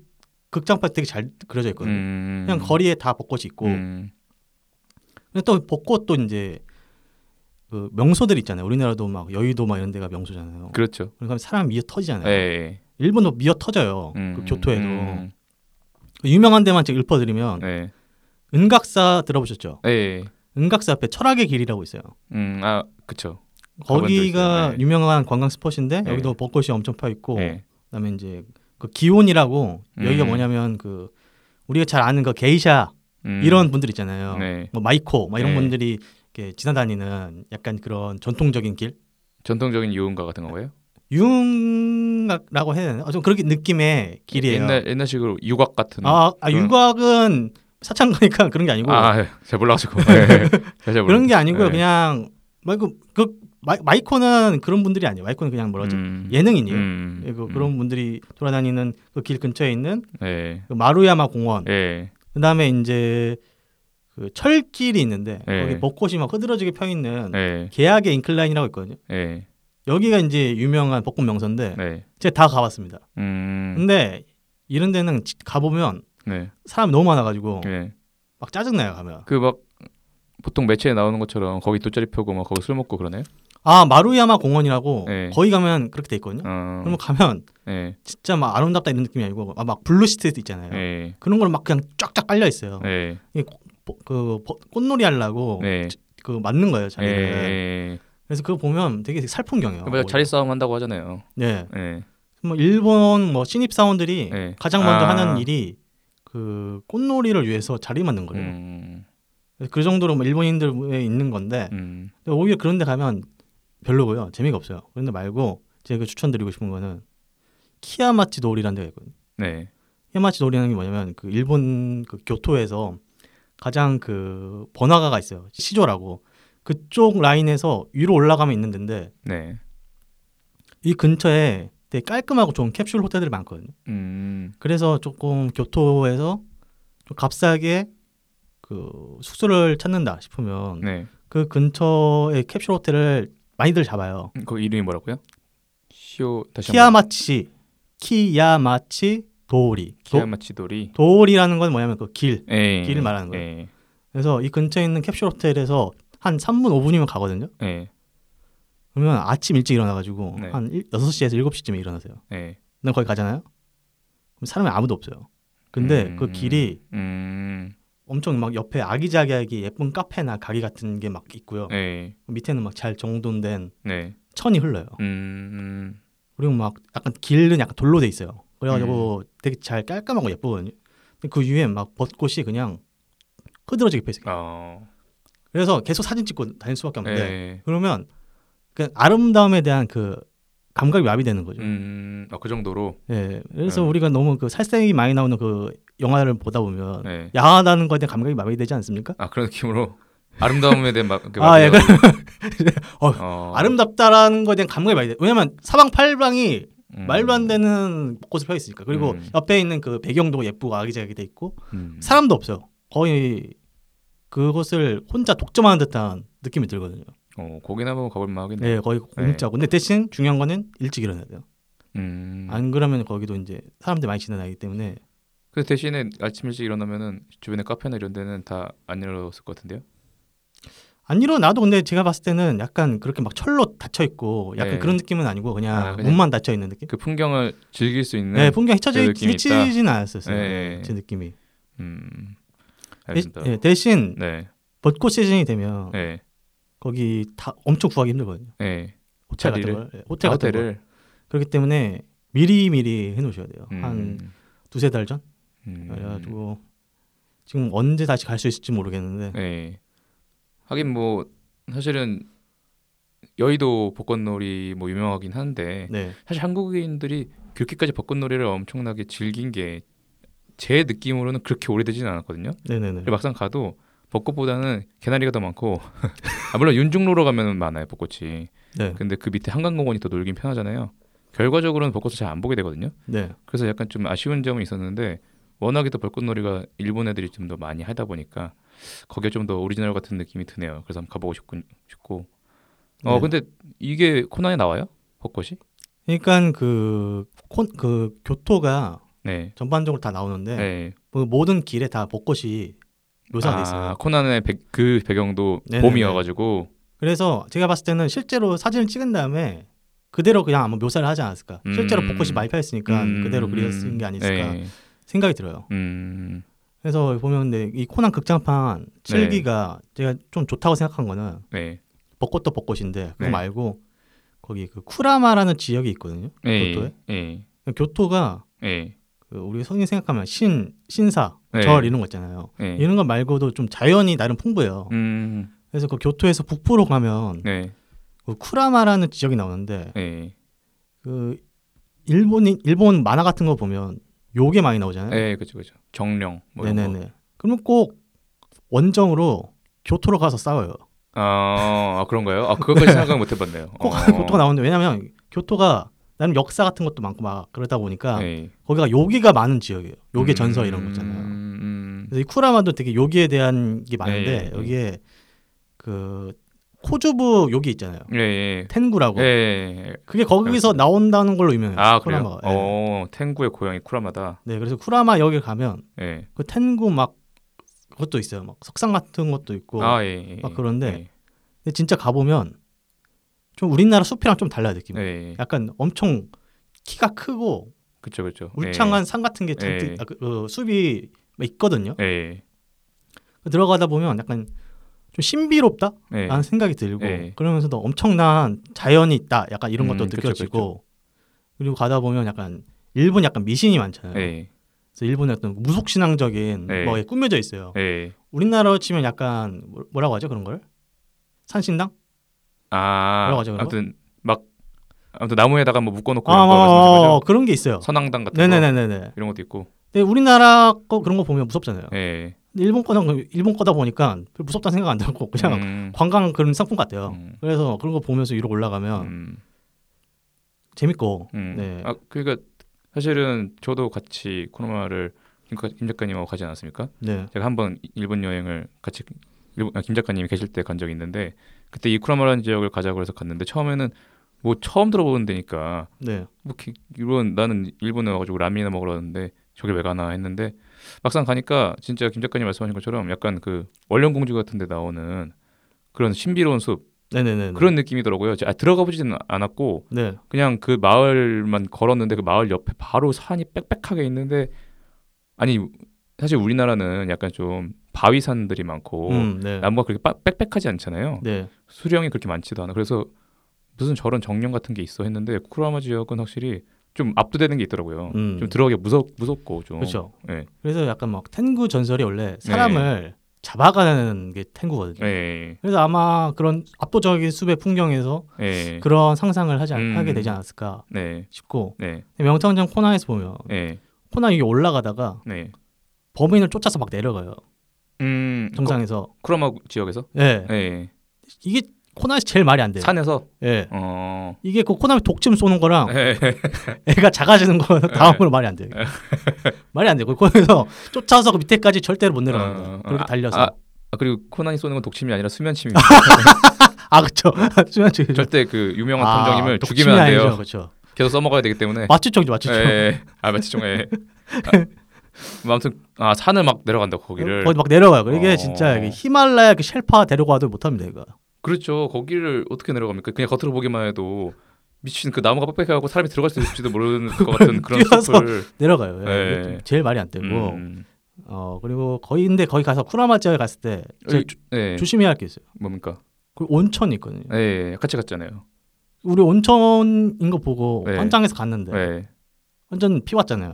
S2: 극장판 되게 잘 그려져 있거든요.
S1: 음,
S2: 그냥 거리에 다 벚꽃이 있고
S1: 음,
S2: 근데 또 벚꽃도 이제 그 명소들 있잖아요. 우리나라도 막 여의도 막 이런 데가 명소잖아요.
S1: 그렇죠.
S2: 그러니까 사람 미어
S1: 예.
S2: 터지잖아요.
S1: 예.
S2: 뭐 일본도 미어 터져요.
S1: 음,
S2: 그 교토에도.
S1: 음,
S2: 유명한 데만 지금 읊어드리면
S1: 네.
S2: 은각사 들어보셨죠?
S1: 예, 예.
S2: 은각사 앞에 철학의 길이라고 있어요.
S1: 음, 아, 그쵸. 가본 적
S2: 거기가
S1: 있어요. 네.
S2: 유명한 관광 스팟인데
S1: 네.
S2: 여기도 벚꽃이 엄청 펴 있고
S1: 예.
S2: 그다음에 이제 그 기온이라고 여기가
S1: 음.
S2: 뭐냐면 그 우리가 잘 아는 그 게이샤
S1: 음,
S2: 이런 분들 있잖아요.
S1: 네.
S2: 뭐 마이코 막 이런
S1: 네.
S2: 분들이 이렇게 지나다니는 약간 그런 전통적인 길
S1: 전통적인 유흥가 같은 건가요?
S2: 유흥락이라고 해야 되나? 어, 좀 그렇게 느낌의 길이에요.
S1: 예, 옛날 옛날식으로 유곽 같은.
S2: 아, 아,
S1: 그런-
S2: 유곽은 사창 가니까 그런 게 아니고
S1: 아, 예. 잘
S2: [laughs]
S1: 몰라가지고. 예. 잘 몰라.
S2: 그런 게 아니고요.
S1: 예.
S2: 그냥 말그 그 마- 마이코는 그런 분들이 아니에요. 마이코는 그냥 뭐라죠?
S1: 음,
S2: 예능인이에요.
S1: 음,
S2: 예, 그,
S1: 음.
S2: 그런 분들이 돌아다니는 그 길 근처에 있는
S1: 예.
S2: 그 마루야마 공원.
S1: 예.
S2: 그다음에 이제 그 철길이 있는데
S1: 예.
S2: 거기 벚꽃이 막 흐드러지게 펴 있는
S1: 예.
S2: 계약의 인클라인이라고 있거든요.
S1: 예.
S2: 여기가 이제 유명한 벚꽃 명소인데
S1: 네.
S2: 제가 다 가봤습니다.
S1: 음.
S2: 근데 이런 데는 지- 가보면
S1: 네.
S2: 사람이 너무 많아가지고
S1: 예.
S2: 막 짜증나요 가면.
S1: 그 막 보통 매체에 나오는 것처럼 거기 돗자리 펴고 막 거기 술 먹고 그러네요.
S2: 아 마루야마 공원이라고
S1: 예.
S2: 거기 가면 그렇게 돼 있거든요.
S1: 어.
S2: 그러면 가면
S1: 예.
S2: 진짜 막 아름답다 이런 느낌이 아니고 아, 막 블루 시트도 있잖아요.
S1: 예.
S2: 그런 걸 막 그냥 쫙쫙 깔려 있어요.
S1: 예.
S2: 보- 그 보- 꽃놀이 하려고
S1: 네.
S2: 그 맞는 거예요
S1: 예.
S2: 자리를. 어,
S1: 예.
S2: 그래서 그거 보면 되게 살풍경이에요.
S1: 그 뭐야, 자리 싸움 한다고 하잖아요.
S2: 네.
S1: 예.
S2: 뭐 일본 뭐 신입 사원들이
S1: 예.
S2: 가장 먼저
S1: 아.
S2: 하는 일이 그 꽃놀이를 위해서 자리 만든 거예요.
S1: 음.
S2: 그래서 그 정도로 뭐 일본인들에 있는 건데
S1: 음.
S2: 근데 오히려 그런 데 가면 별로고요. 재미가 없어요. 그런데 말고 제가 그 추천드리고 싶은 거는 키야마치 도리라는 데가 있거든요.
S1: 네.
S2: 키야마치 도리라는 게 뭐냐면 그 일본 그 교토에서 가장 그 번화가가 있어요. 시조라고. 그쪽 라인에서 위로 올라가면 있는 데인데
S1: 네.
S2: 이 근처에 되게 깔끔하고 좋은 캡슐 호텔들이 많거든요.
S1: 음.
S2: 그래서 조금 교토에서 좀 값싸게 그 숙소를 찾는다 싶으면
S1: 네.
S2: 그 근처에 캡슐 호텔을 많이들 잡아요.
S1: 그 이름이 뭐라고요? 시오 다시 한번.
S2: 키야마치, 키야마치 도오리. 도,
S1: 키야마치도리.
S2: 도오리라는 건 뭐냐면 그 길.
S1: 예.
S2: 길을 말하는 거예요.
S1: 예.
S2: 그래서 이 근처에 있는 캡슐 호텔에서 한 3분, 5분이면 가거든요.
S1: 예.
S2: 그러면 아침 일찍 일어나가지고
S1: 네.
S2: 한 일- 6시에서 7시쯤에 일어나세요.
S1: 예.
S2: 근데 거기 가잖아요. 그럼 사람이 아무도 없어요. 근데
S1: 음.
S2: 그 길이
S1: 음.
S2: 엄청 막 옆에 아기자기하게 예쁜 카페나 가게 같은 게 막 있고요.
S1: 예.
S2: 밑에는 막 잘 정돈된
S1: 네.
S2: 천이 흘러요.
S1: 음.
S2: 그리고 막 약간 길은 약간 돌로 돼 있어요. 그래가지고
S1: 음.
S2: 되게 잘 깔끔하고 예쁘거든요. 근데 그 위에 막 벚꽃이 그냥 흐드러지게 펴 있어요. 네.
S1: 어.
S2: 그래서 계속 사진 찍고 다닐 수밖에 없는데
S1: 예.
S2: 그러면 그 아름다움에 대한 그 감각이 마비되는 거죠.
S1: 음. 아, 그 정도로.
S2: 예. 그래서
S1: 네.
S2: 우리가 너무 그 살색이 많이 나오는 그 영화를 보다 보면
S1: 네.
S2: 야하다는 거에 대한 감각이 마비되지 않습니까?
S1: 아, 그런 느낌으로 [laughs] 아름다움에 대한 막 그,
S2: 아, 예,
S1: 그,
S2: 어,
S1: 어.
S2: 아름답다라는 거에 대한 감각이 많이 돼. 왜냐면 사방팔방이
S1: 음.
S2: 말도 안 되는 꽃을 펴 있으니까. 그리고
S1: 음.
S2: 옆에 있는 그 배경도 예쁘고 아기자기하게 돼 있고
S1: 음.
S2: 사람도 없어요. 거의 그것을 혼자 독점하는 듯한 느낌이 들거든요.
S1: 어, 거기나 한번 가볼 만하겠네.
S2: 네, 거의 공짜고. 근데 대신 중요한 거는 일찍 일어나야 돼요.
S1: 음.
S2: 안 그러면 거기도 이제 사람들 이 많이 지나다니기 때문에
S1: 그 대신에 아침 일찍 일어나면은 주변에 카페나 이런 데는 다 안 일어났을 것 같은데요.
S2: 안 일어나도 근데 제가 봤을 때는 약간 그렇게 막 철로 닫혀 있고 약간
S1: 네.
S2: 그런 느낌은 아니고 그냥,
S1: 아, 그냥-
S2: 문만 닫혀 있는 느낌.
S1: 그 풍경을 즐길 수 있는
S2: 네, 풍경 헤쳐져
S1: 그
S2: 있-
S1: 느낌이 있다.
S2: 미치진 않았었어요.
S1: 네.
S2: 제 느낌이.
S1: 음.
S2: 대,
S1: 알겠습니다.
S2: 예, 어. 대신
S1: 네.
S2: 벚꽃 시즌이 되면
S1: 네.
S2: 거기 다 엄청 구하기 힘들거든요.
S1: 네.
S2: 호텔
S1: 자리를?
S2: 같은 걸. 예, 호텔 같은 걸.
S1: 호텔을
S2: 그렇기 때문에 미리 미리 해 놓으셔야 돼요.
S1: 음.
S2: 한 두세 달 전?
S1: 음.
S2: 그래가지고 지금 언제 다시 갈 수 있을지 모르겠는데
S1: 네. 하긴 뭐 사실은 여의도 벚꽃놀이 뭐 유명하긴 한데
S2: 네.
S1: 사실 한국인들이 그렇게까지 벚꽃놀이를 엄청나게 즐긴 게 제 느낌으로는 그렇게 오래되지는 않았거든요.
S2: 네네네.
S1: 근데 막상 가도 벚꽃보다는 개나리가 더 많고 [laughs] 아, 물론 윤중로로 가면 많아요 벚꽃이.
S2: 네.
S1: 근데 그 밑에 한강공원이 더 놀긴 편하잖아요. 결과적으로는 벚꽃을 잘 안 보게 되거든요.
S2: 네.
S1: 그래서 약간 좀 아쉬운 점이 있었는데 워낙에 또 벚꽃놀이가 일본 애들이 좀 더 많이 하다 보니까 거기에 좀 더 오리지널 같은 느낌이 드네요. 그래서 한번 가보고 싶군, 싶고. 어
S2: 네.
S1: 근데 이게 코난에 나와요? 벚꽃이?
S2: 그러니까 그, 콘, 그 교토가
S1: 네.
S2: 전반적으로 다 나오는데
S1: 네.
S2: 그 모든 길에 다 벚꽃이 묘사가 돼
S1: 아,
S2: 있어요.
S1: 코난의 배- 그 배경도
S2: 네네네.
S1: 봄이어가지고
S2: 그래서 제가 봤을 때는 실제로 사진을 찍은 다음에 그대로 그냥 아마 묘사를 하지 않았을까. 실제로
S1: 음.
S2: 벚꽃이 많이 펴 있으니까
S1: 음,
S2: 그대로 그려쓴 그러니까 게 아니었을까
S1: 네.
S2: 생각이 들어요.
S1: 음,
S2: 그래서 보면 근데 이 코난 극장판
S1: 네.
S2: 7기가 제가 좀 좋다고 생각한 거는
S1: 네,
S2: 벚꽃도 벚꽃인데 그거
S1: 네.
S2: 말고 거기 그 쿠라마라는 지역이 있거든요.
S1: 예,
S2: 교토에?
S1: 예,
S2: 교토가
S1: 예,
S2: 그 우리 성인 생각하면 신, 신사,
S1: 네.
S2: 절 이런 거 있잖아요.
S1: 예.
S2: 이런 거 말고도 좀 자연이 나름 풍부해요.
S1: 음,
S2: 그래서 그 교토에서 북부로 가면
S1: 네,
S2: 그 쿠라마라는 지역이 나오는데
S1: 예,
S2: 그 일본인 일본 만화 같은 거 보면 요게 많이 나오잖아요.
S1: 예, 그죠, 그죠. 정령, 뭐 이런 거.
S2: 네네네. 그러면 꼭 원정으로 교토로 가서 싸워요.
S1: 아, 아, 그런가요? 아, 그것까지 생각 못 해봤네요.
S2: [laughs] 꼭
S1: 어.
S2: 교토가 나오는데 왜냐면 교토가 나는 역사 같은 것도 많고 막 그러다 보니까
S1: 예.
S2: 거기가 요기가 많은 지역이에요. 요기
S1: 음,
S2: 전서 이런 거 있잖아요.
S1: 음,
S2: 그래서 이 쿠라마도 되게 요기에 대한 게
S1: 네,
S2: 많은데
S1: 네.
S2: 여기에 그 코주부 요기 있잖아요.
S1: 음. 예, 예.
S2: 텐구라고.
S1: 예, 예.
S2: 그게 거기서 나온다는 걸로 유명해요.
S1: 아, 그래요?
S2: 쿠라마가. 예.
S1: 어, 탱구의 고향이 쿠라마다.
S2: 네, 그래서 쿠라마 여기 가면
S1: 예.
S2: 그 텐구 막 그것도 있어요. 막 석상 같은 것도 있고.
S1: 아, 예, 예.
S2: 막 뭐, 그런데
S1: 예.
S2: 근데 진짜 가보면 좀 우리나라 숲이랑 좀 달라요 느낌이.
S1: 예.
S2: 약간 엄청 키가 크고
S1: 그렇죠, 그렇죠.
S2: 울창한 산 같은 게 잔뜩
S1: 예.
S2: 아, 그, 그 숲이 있거든요.
S1: 예. 예.
S2: 들어가다 보면 약간 좀 신비롭다라는
S1: 예.
S2: 생각이 들고
S1: 예.
S2: 그러면서도 엄청난 자연이 있다. 약간 이런 것도
S1: 음, 그쵸,
S2: 느껴지고 그리고 가다 보면 약간 일본 약간 미신이 많잖아요.
S1: 예.
S2: 그래서 일본의 어떤 무속신앙적인
S1: 예.
S2: 뭐에 꾸며져 있어요.
S1: 예.
S2: 우리나라로 치면 약간 뭐- 뭐라고 하죠 그런 걸? 산신당?
S1: 아,
S2: 뭐라고 하죠, 그런 거?
S1: 아무튼 막 아무튼 나무에다가 뭐 묶어놓고
S2: 아,
S1: 이런 거 말씀하시는
S2: 어,
S1: 거죠?
S2: 그런 게 있어요.
S1: 선앙당 같은 거
S2: 네네네네네.
S1: 이런 것도 있고.
S2: 근데 우리나라 거 그런 거 보면 무섭잖아요.
S1: 예.
S2: 근데 일본 거는 일본 거다 보니까 별로 무섭다는 생각 안 들고 그냥
S1: 음,
S2: 관광 그런 상품 같아요.
S1: 음,
S2: 그래서 그런 거 아. 보면서 위로 올라가면
S1: 음,
S2: 재밌고
S1: 음.
S2: 네.
S1: 아, 그러니까 사실은 저도 같이 코로나를 김 작가님하고 가지 않았습니까?
S2: 네.
S1: 제가 한번 일본 여행을 같이 일본- 아, 김 작가님이 계실 때 간 적이 있는데 그때 이쿠라마라는 지역을 가자고 해서 갔는데 처음에는 뭐 처음 들어보는 데니까
S2: 네.
S1: 뭐 기- 이런 나는 일본에 와가지고 라면이나 먹으러 왔는데 저게 왜 가나 했는데 막상 가니까 진짜 김 작가님 말씀하신 것처럼 약간 그 원령공주 같은 데 나오는 그런 신비로운 숲
S2: 네네네.
S1: 그런 느낌이더라고요. 아, 들어가 보지는 않았고
S2: 네.
S1: 그냥 그 마을만 걸었는데 그 마을 옆에 바로 산이 빽빽하게 있는데 아니 사실 우리나라는 약간 좀 바위산들이 많고
S2: 음, 네.
S1: 나무가 그렇게 빠- 빽빽하지 않잖아요.
S2: 네.
S1: 수령이 그렇게 많지도 않아. 그래서 무슨 저런 정령 같은 게 있어 했는데 쿠라마 지역은 확실히 좀 압도되는 게 있더라고요.
S2: 음.
S1: 좀 들어가기 네. 무섭 무섭고 좀.
S2: 그렇죠.
S1: 예.
S2: 그래서 약간 막 텐구 전설이 원래 사람을 잡아가는 게 텐구거든요.
S1: 예.
S2: 그래서 아마 그런 압도적인 숲의 풍경에서
S1: 예.
S2: 그런 상상을 하지 않,
S1: 음.
S2: 하게 되지 않았을까
S1: 네.
S2: 싶고
S1: 네.
S2: 명탐정 코난에서 보면
S1: 예.
S2: 코난 위에 올라가다가
S1: 네.
S2: 범인을 쫓아서 막 내려가요
S1: 음.
S2: 정상에서
S1: 쿠- 쿠라마 지역에서?
S2: 예
S1: 예.
S2: 이게 코난이 제일 말이 안 돼요
S1: 산에서
S2: 예
S1: 어.
S2: 이게 그 코난이 독침 쏘는 거랑
S1: 예.
S2: 애가 작아지는 거
S1: 네.
S2: 다음으로 말이 안 돼요
S1: [laughs]
S2: 말이 안 돼요 그 코난에서 쫓아서 그 밑에까지 절대로 못 내려가는 거예요
S1: 어,
S2: 그렇게
S1: 아,
S2: 달려서
S1: 아,
S2: 아,
S1: 아, 그리고 코난이 쏘는 건 독침이 아니라
S2: [laughs]
S1: 수면침입니다.
S2: 아,
S1: 어.
S2: 그쵸 수면 치
S1: 절대 그 유명한
S2: 아,
S1: 탐정님을 죽이면 안 돼요.
S2: 그렇죠 아,
S1: 계속 써먹어야 되기 때문에.
S2: 마취총이죠 마취총
S1: 예, 예. 아 마취총.
S2: [laughs]
S1: 예. 아, 아무튼 아 산을 막 내려간다 거기를.
S2: 거기 막 내려가요 이게
S1: 어.
S2: 진짜 이게 히말라야 그 쉘파 데리고 와도 못합니다 이거
S1: 그렇죠. 거기를 어떻게 내려갑니까? 그냥 겉으로 보기만 해도 미친 그 나무가 빽빽하고 사람이 들어갈 수 있을지도 모르는 것 같은 그런
S2: 뛰어서
S1: 숲을.
S2: 내려가요
S1: 예.
S2: 예. 이게 제일 말이 안 되고
S1: 음.
S2: 어 그리고 거의 근데 거기 가서 쿠라마 지역에 갔을 때 제가
S1: 여기 주- 예.
S2: 조심해야 할 게 있어요.
S1: 뭡니까?
S2: 그 온천이 있거든요.
S1: 예, 예. 같이 갔잖아요.
S2: 우리 온천인 거 보고
S1: 네.
S2: 현장에서 갔는데
S1: 예.
S2: 완전 피 왔잖아요.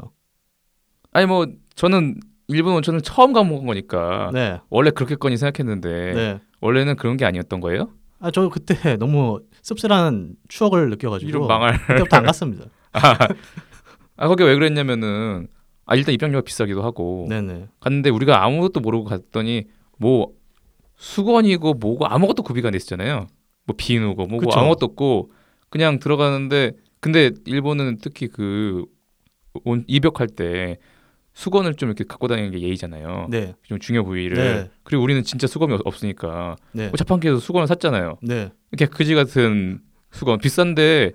S1: 아니 뭐 저는 일본 온천을 처음 가본 거니까
S2: 네,
S1: 원래 그렇게거니 생각했는데
S2: 네.
S1: 원래는 그런 게 아니었던 거예요?
S2: 아 저 그때 [laughs] 너무 씁쓸한 추억을 느껴가지고
S1: 이런 망할.
S2: [laughs] 그때부터 안 갔습니다.
S1: 아 거기 왜 그랬냐면은 아 일단 입장료가 비싸기도 하고
S2: 네네.
S1: 갔는데 우리가 아무것도 모르고 갔더니 뭐 수건이고 뭐고 아무것도 구비가 안 됐잖아요. 뭐 비누고 뭐고
S2: 그쵸.
S1: 아무것도 없고 그냥 들어가는데 근데 일본은 특히 그 온- 입역할 때 수건을 좀 이렇게 갖고 다니는 게 예의잖아요.
S2: 네,
S1: 좀 중요 부위를.
S2: 네.
S1: 그리고 우리는 진짜 수건이 없- 없으니까
S2: 네,
S1: 뭐 자판기에서 수건을 샀잖아요.
S2: 네.
S1: 이렇게 그지 같은 수건 비싼데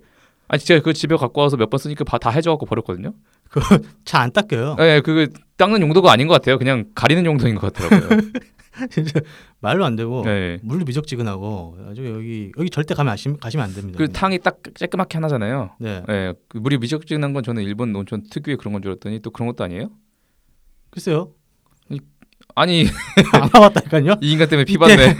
S1: 아니 진짜 그 집에 갖고 와서 몇 번 쓰니까 바- 다 해져갖고 버렸거든요.
S2: [laughs] 잘그 안 닦여요.
S1: 예, 그거 닦는 용도가 아닌 것 같아요. 그냥 가리는 용도인 것
S2: [laughs]
S1: 같더라고요.
S2: 진짜 말로 안 되고
S1: 네.
S2: 물도 미적지근하고 아주 여기 여기 절대 가면 아시, 가시면 안 됩니다.
S1: 그 탕이 딱 쬐끄맣게 하나잖아요.
S2: 네.
S1: 예, 그 물이 미적지근한 건 저는 일본 온천 특유의 그런 건 줄 알았더니 또 그런 것도 아니에요?
S2: 글쎄요. [laughs]
S1: 아니 [laughs]
S2: 안 와봤다니까요.
S1: 이 인간 때문에 피봤네.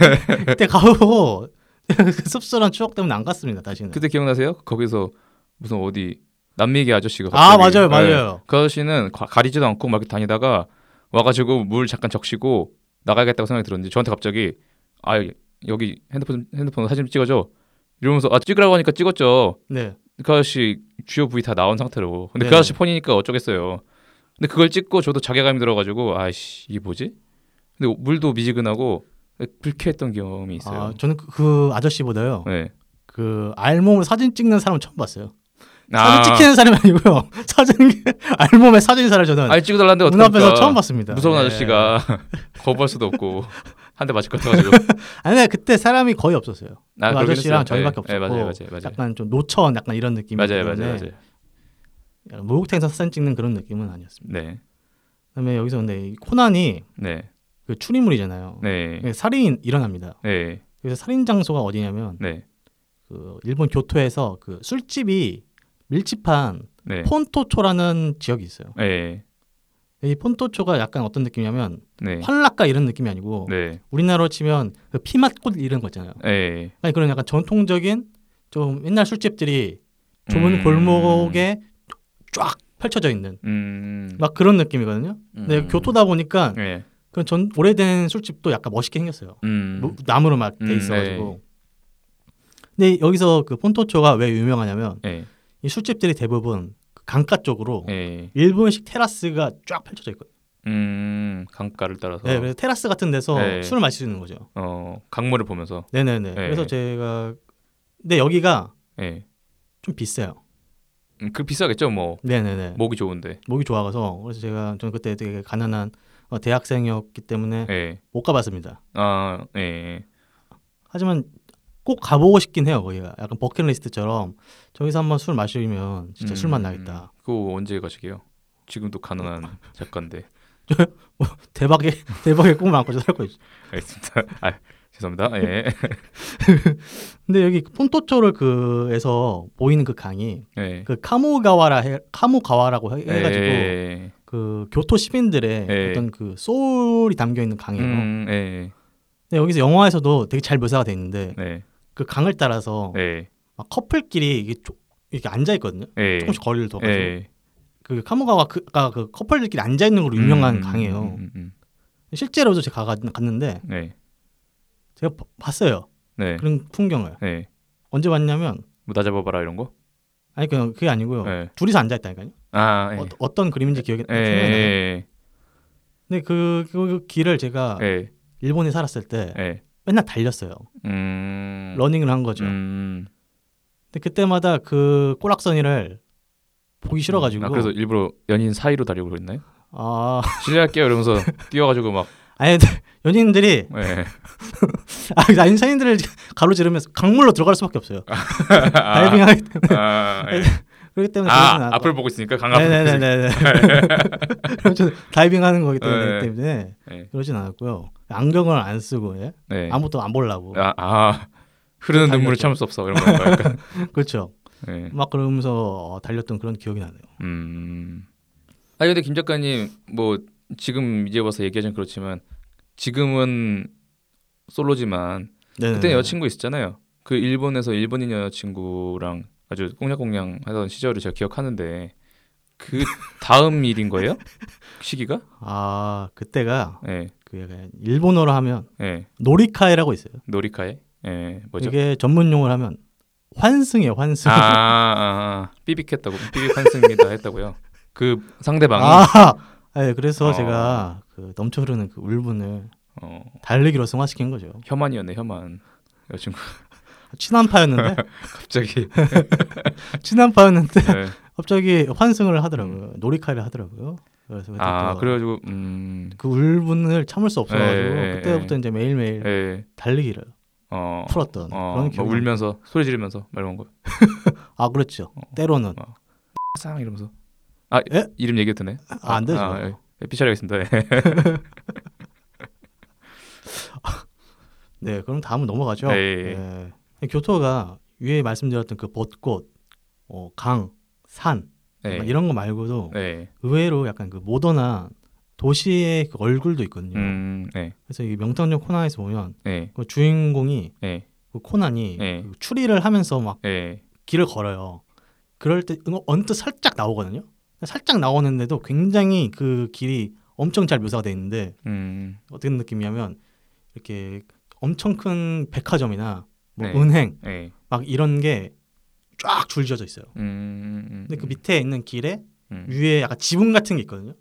S2: 그때 가고 [laughs] 그 씁쓸한 추억 때문에 안 갔습니다.
S1: [laughs]
S2: 다시는.
S1: 그때 기억나세요? 거기서 무슨 어디 남미계 아저씨가
S2: 아
S1: 갑자기-
S2: 맞아요,
S1: 네.
S2: 맞아요.
S1: 그 아저씨는 가- 가리지도 않고 막 이렇게 다니다가 와가지고 물 잠깐 적시고 나가야겠다고 생각이 들었는데 저한테 갑자기 아 여기 핸드폰 핸드폰 사진 찍어줘 이러면서 아 찍으라고 하니까 찍었죠.
S2: 네.
S1: 그 아저씨 주요 부위 다 나온 상태로. 근데
S2: 네네.
S1: 그 아저씨 폰이니까 어쩌겠어요. 근데 그걸 찍고 저도 자괴감이 들어가지고 아씨 이게 뭐지? 근데 물도 미지근하고 불쾌했던 경험이 있어요.
S2: 아, 저는 그, 그 아저씨보다요.
S1: 네.
S2: 그 알몸을 사진 찍는 사람 처음 봤어요.
S1: 아,
S2: 사진 찍히는 사람이 아니고요. [laughs] 사진 알몸에 사진사를 저는
S1: 아니 찍어달라는데 어떡합니까?
S2: 눈앞에서 처음 봤습니다.
S1: 무서운
S2: 네.
S1: 아저씨가 [laughs] 거부할 수도 없고 한 대 맞을 것 같아가지고
S2: 아니 근데 그때 사람이 거의 없었어요.
S1: 아,
S2: 그
S1: 그러긴
S2: 아저씨랑
S1: 했어요.
S2: 저희밖에
S1: 예, 예, 맞아요,
S2: 없었고
S1: 맞아요, 맞아요.
S2: 약간 좀 노천 약간 이런 느낌
S1: 맞아요, 맞아요, 맞아요.
S2: 목욕탕에서 사진 찍는 그런 느낌은 아니었습니다.
S1: 네,
S2: 그다음에 여기서 근데 이 코난이
S1: 네,
S2: 그 추리물이잖아요.
S1: 네,
S2: 예, 살인 일어납니다.
S1: 네,
S2: 그래서 살인 장소가 어디냐면
S1: 네,
S2: 그 일본 교토에서 그 술집이 밀집한
S1: 네,
S2: 폰토초라는 지역이 있어요.
S1: 네,
S2: 이 폰토초가 약간 어떤 느낌이냐면
S1: 네,
S2: 환락가 이런 느낌이 아니고
S1: 네,
S2: 우리나라로 치면 그 피맛꽃 이런 거 있잖아요.
S1: 네.
S2: 아니 그런 약간 전통적인 좀 옛날 술집들이 좁은
S1: 음.
S2: 골목에 쫙 펼쳐져 있는
S1: 음,
S2: 막 그런 느낌이거든요. 근데
S1: 음.
S2: 교토다 보니까
S1: 네,
S2: 그런 전 오래된 술집도 약간 멋있게 생겼어요.
S1: 음,
S2: 무- 나무로 막 돼
S1: 음,
S2: 있어가지고. 근데 여기서 그 폰토초가 왜 유명하냐면
S1: 네,
S2: 이 술집들이 대부분 그 강가 쪽으로
S1: 네,
S2: 일본식 테라스가 쫙 펼쳐져 있거든요.
S1: 음, 강가를 따라서,
S2: 네, 그래서 테라스 같은 데서
S1: 네.
S2: 술을 마실 수 있는 거죠.
S1: 어, 강물을 보면서,
S2: 네네네.
S1: 네.
S2: 그래서 제가 근데 여기가
S1: 예,
S2: 좀 비싸요.
S1: 음, 그 비싸겠죠, 뭐
S2: 네네네.
S1: 목이 좋은데,
S2: 목이 좋아가서 그래서 제가 저는 그때 되게 가난한 어, 대학생이었기 때문에
S1: 예,
S2: 못 가봤습니다.
S1: 아, 예,
S2: 하지만 꼭 가보고 싶긴 해요. 거기가 약간 버킷리스트처럼 저기서 한번 술 마시면 진짜 술
S1: 음,
S2: 맛 나겠다.
S1: 그거 언제 가시게요? 지금도
S2: 어.
S1: 가난한 작가인데,
S2: 대박의 [laughs] 대박의 꿈을 안고 살고 있죠.
S1: 알겠습니다. 아, 죄송합니다.
S2: [laughs]
S1: 예,
S2: 근데 여기 폰토초를 그에서 보이는 그 강이
S1: 예,
S2: 그 카모가와라 해, 카모가와라고 해, 가지고
S1: 예.
S2: 그 교토 시민들의
S1: 예.
S2: 어떤 그 소울이 담겨 있는 강이에요.
S1: 음, 예,
S2: 근데 여기서 영화에서도 되게 잘 묘사가 돼 있는데
S1: 네,
S2: 그 강을 따라서
S1: 예,
S2: 막 커플끼리 이게 쪼- 이렇게 앉아 있거든요.
S1: 예,
S2: 조금씩 거리를 둬가지고
S1: 예.
S2: 그 카모가와 그가 그 커플들끼리 앉아 있는 걸로 유명한
S1: 음,
S2: 강이에요.
S1: 음, 음,
S2: 실제로도 제가 가- 갔는데
S1: 음. 네,
S2: 제가 봐- 봤어요
S1: 네,
S2: 그런 풍경을
S1: 네.
S2: 언제 봤냐면
S1: 뭐나 잡아봐라 이런 거?
S2: 아니 그냥 그게 아니고요.
S1: 네.
S2: 둘이서 앉아 있다니까요.
S1: 아, 예,
S2: 어, 떤 그림인지 기억이
S1: 예,
S2: 생각나요.
S1: 예,
S2: 근데 그, 그 길을 제가
S1: 예,
S2: 일본에 살았을 때
S1: 예.
S2: 맨날 달렸어요.
S1: 음,
S2: 러닝을 한 거죠.
S1: 음.
S2: 근데 그때마다 그 꼬락선이를 보기 싫어가지고
S1: 아, 그래서 일부러 연인 사이로 다니고 그랬나요?
S2: 아, [laughs]
S1: 실례할게요 이러면서 뛰어가지고 막
S2: 아니 연인들이
S1: 예.
S2: 아, 그 인사인들을 가로지르면서 강물로 들어갈 수밖에 없어요.
S1: 아,
S2: 다이빙하기 때문에 [laughs]
S1: 아, 예.
S2: 그렇기 때문에 저는
S1: 아
S2: 아까-
S1: 앞을 보고 있으니까 강압
S2: 네네네네. 그럼 저는 다이빙하는 거기 때문에,
S1: 네.
S2: 때문에
S1: 네.
S2: 그러진 않았고요. 안경을 안 쓰고 예?
S1: 네.
S2: 아무것도 안 보려고
S1: 아, 아 흐르는 눈물을
S2: 달렸죠.
S1: 참을 수 없어 이런 건가
S2: [laughs]
S1: 약간
S2: 그렇죠.
S1: 예.
S2: 막 그러면서 어, 달렸던 그런 기억이 나네요.
S1: 음. 아니 근데 김 작가님 뭐 지금 이제 와서 얘기하자면 그렇지만 지금은 솔로지만
S2: 네네네.
S1: 그때 여자친구 있었잖아요. 그 일본에서 일본인 여자친구랑 아주 꽁냥꽁냥 하던 시절을 제가 기억하는데
S2: [laughs]
S1: 그 다음 일인 거예요? 시기가?
S2: 아 그때가
S1: 예.
S2: 그 약간 일본어로 하면
S1: 예.
S2: 노리카이라고 있어요.
S1: 노리카에. 예. 뭐죠?
S2: 이게 전문 용어로 하면 환승이에요. 환승.
S1: 아, 아, 아. 삐빅했다고. 삐빅한승이다 했다고요. 그 상대방이
S2: 아, 네, 그래서
S1: 어.
S2: 제가 그 넘쳐 흐르는 그 울분을
S1: 어,
S2: 달리기로 승화시킨 거죠.
S1: 혐한이었네, 혐한. 여자친구 [laughs]
S2: 친한파였는데 [laughs]
S1: 갑자기
S2: 친한파였는데 [laughs]
S1: 예.
S2: 갑자기 환승을 하더라고요. 놀이카를 하더라고요. 그래서
S1: 아,
S2: 그때부터
S1: 그래가지고 음,
S2: 그 울분을 참을 수 없어가지고
S1: 예, 예,
S2: 그때부터 이제 매일매일
S1: 예,
S2: 달리기를
S1: 어,
S2: 풀었던
S1: 어,
S2: 그런
S1: 막
S2: 기억. 울
S1: 울면서 어. 소리 지르면서 막 이런 거,
S2: 아 그렇죠. 때로는
S1: 쌍 이러면서. 아,
S2: 예?
S1: 이름 얘기해도 되네?
S2: 아, 안 되죠. 아,
S1: 아, 예. 삐처리하겠습니다. 예.
S2: 네, 그럼 다음은 넘어가죠.
S1: 예, 예,
S2: 예. 교토가 위에 말씀드렸던 그 벚꽃, 어, 강, 산
S1: 예.
S2: 이런 거 말고도
S1: 예.
S2: 의외로 약간 그 모던한 도시의 그 얼굴도 있거든요.
S1: 음, 네,
S2: 그래서 이 명탐정 코난에서 보면
S1: 네,
S2: 그 주인공이
S1: 네,
S2: 그 코난이
S1: 네.
S2: 그 추리를 하면서 막
S1: 네,
S2: 길을 걸어요. 그럴 때 응, 언뜻 살짝 나오거든요. 살짝 나오는데도 굉장히 그 길이 엄청 잘 묘사가 돼 있는데
S1: 음,
S2: 어떤 느낌이냐면 이렇게 엄청 큰 백화점이나 뭐
S1: 네.
S2: 은행
S1: 네,
S2: 막 이런 게 쫙 줄지어져 있어요.
S1: 음, 음, 음,
S2: 근데 그 밑에 있는 길에
S1: 음,
S2: 위에 약간 지붕 같은 게 있거든요.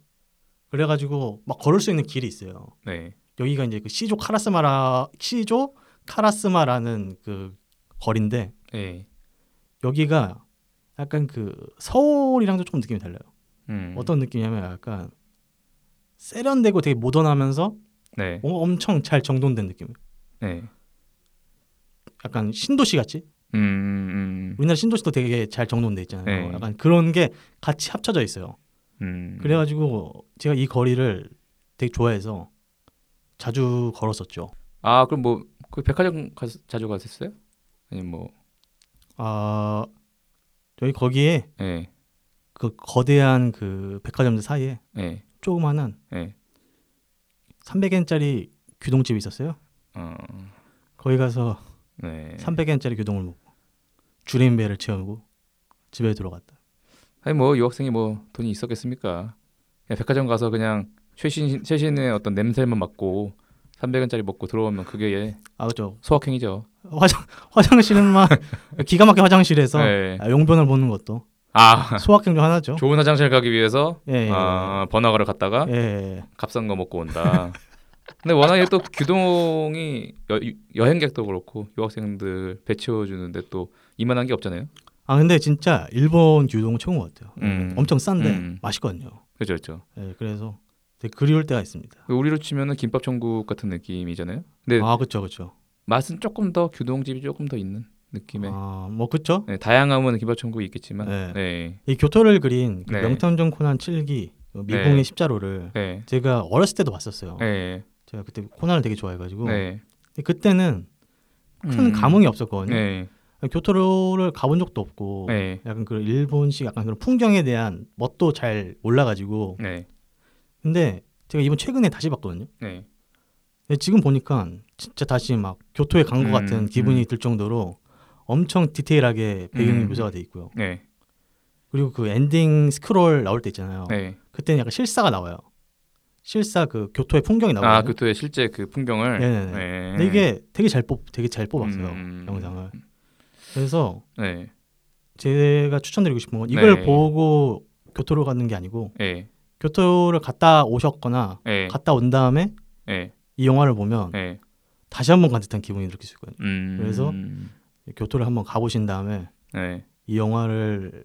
S2: 그래가지고 막 걸을 수 있는 길이 있어요.
S1: 네,
S2: 여기가 이제 그 시조 카라스마라 시조 카라스마라는 그 거리인데
S1: 네,
S2: 여기가 약간 그 서울이랑도 조금 느낌이 달라요.
S1: 음,
S2: 어떤 느낌이냐면 약간 세련되고 되게 모던하면서
S1: 네,
S2: 뭔가 엄청 잘 정돈된 느낌.
S1: 네,
S2: 약간 신도시 같이
S1: 음, 음,
S2: 우리나라 신도시도 되게 잘 정돈돼 있잖아요.
S1: 네.
S2: 약간 그런 게 같이 합쳐져 있어요.
S1: 음,
S2: 그래가지고 제가 이 거리를 되게 좋아해서 자주 걸었었죠.
S1: 아 그럼 뭐 그 백화점 가, 자주 가셨어요? 아니 뭐,
S2: 아 저희 거기에
S1: 네,
S2: 그 거대한 그 백화점들 사이에
S1: 네,
S2: 조그마한
S1: 네,
S2: 300엔짜리 규동집이 있었어요.
S1: 어,
S2: 거기 가서
S1: 네.
S2: 300엔짜리 규동을 먹고 줄인 배를 채우고 집에 들어갔다.
S1: 아니 뭐 유학생이 뭐 돈이 있었겠습니까? 그냥 백화점 가서 그냥 최신 최신의 어떤 냄새만 맡고 300원짜리 먹고 들어오면 그게 예,
S2: 아 그죠.
S1: 소확행이죠.
S2: 화장 [laughs] 화장실은
S1: [laughs]
S2: 막 기가 막힌 화장실에서
S1: 네.
S2: 아, 용변을 보는
S1: [laughs]
S2: 것도
S1: 아
S2: 소확행 중 하나죠.
S1: 좋은 화장실 가기 위해서
S2: 예, 예.
S1: 아, 번화가를 갔다가
S2: 예, 예.
S1: 값싼 거 먹고 온다. 근데 워낙에 또 규동이 여, 여행객도 그렇고 유학생들 배 채워주는데 또 이만한 게 없잖아요.
S2: 아 근데 진짜 일본 규동은 최고인 것 같아요.
S1: 음.
S2: 엄청 싼데
S1: 음.
S2: 맛있거든요.
S1: 그렇죠, 그렇죠.
S2: 예, 그래서 되게 그리울 때가 있습니다.
S1: 우리로 치면은 김밥 천국 같은 느낌이잖아요. 근데
S2: 아 그렇죠, 그렇죠.
S1: 맛은 조금 더 규동집이 조금 더 있는 느낌의
S2: 아뭐 그렇죠.
S1: 네, 다양함은 김밥 천국이 있겠지만
S2: 네.
S1: 네. 네.
S2: 이 교토를 그린 그
S1: 네.
S2: 명탐정 코난 7기 어, 미궁의
S1: 네.
S2: 십자로를
S1: 네.
S2: 제가 어렸을 때도 봤었어요.
S1: 네.
S2: 제가 그때 코난을 되게 좋아해가지고
S1: 네.
S2: 근데 그때는 큰
S1: 음.
S2: 감흥이 없었거든요.
S1: 네.
S2: 교토를 가본 적도 없고
S1: 네.
S2: 약간 그 일본식 약간 그런 풍경에 대한 멋도 잘 몰라가지고
S1: 네.
S2: 근데 제가 이번 최근에 다시 봤거든요.
S1: 네.
S2: 근데 지금 보니까 진짜 다시 막 교토에 간 것
S1: 음,
S2: 같은 기분이
S1: 음.
S2: 들 정도로 엄청 디테일하게 배경이
S1: 음.
S2: 묘사가 돼 있고요.
S1: 네.
S2: 그리고 그 엔딩 스크롤 나올 때 있잖아요.
S1: 네.
S2: 그때는 약간 실사가 나와요. 실사 그 교토의 풍경이
S1: 아,
S2: 나오거든요.
S1: 그토의 실제 그 풍경을
S2: 네네네.
S1: 네.
S2: 근데 이게 되게 잘 뽑, 되게 잘 뽑았어요
S1: 음.
S2: 영상을. 그래서
S1: 네.
S2: 제가 추천드리고 싶은 건 이걸
S1: 네.
S2: 보고 교토로 가는 게 아니고
S1: 네.
S2: 교토를 갔다 오셨거나
S1: 네.
S2: 갔다 온 다음에
S1: 네.
S2: 이 영화를 보면
S1: 네.
S2: 다시 한 번 간 듯한 기분이 느낄 수 있거든요.
S1: 음.
S2: 그래서 교토를 한번 가보신 다음에
S1: 네.
S2: 이 영화를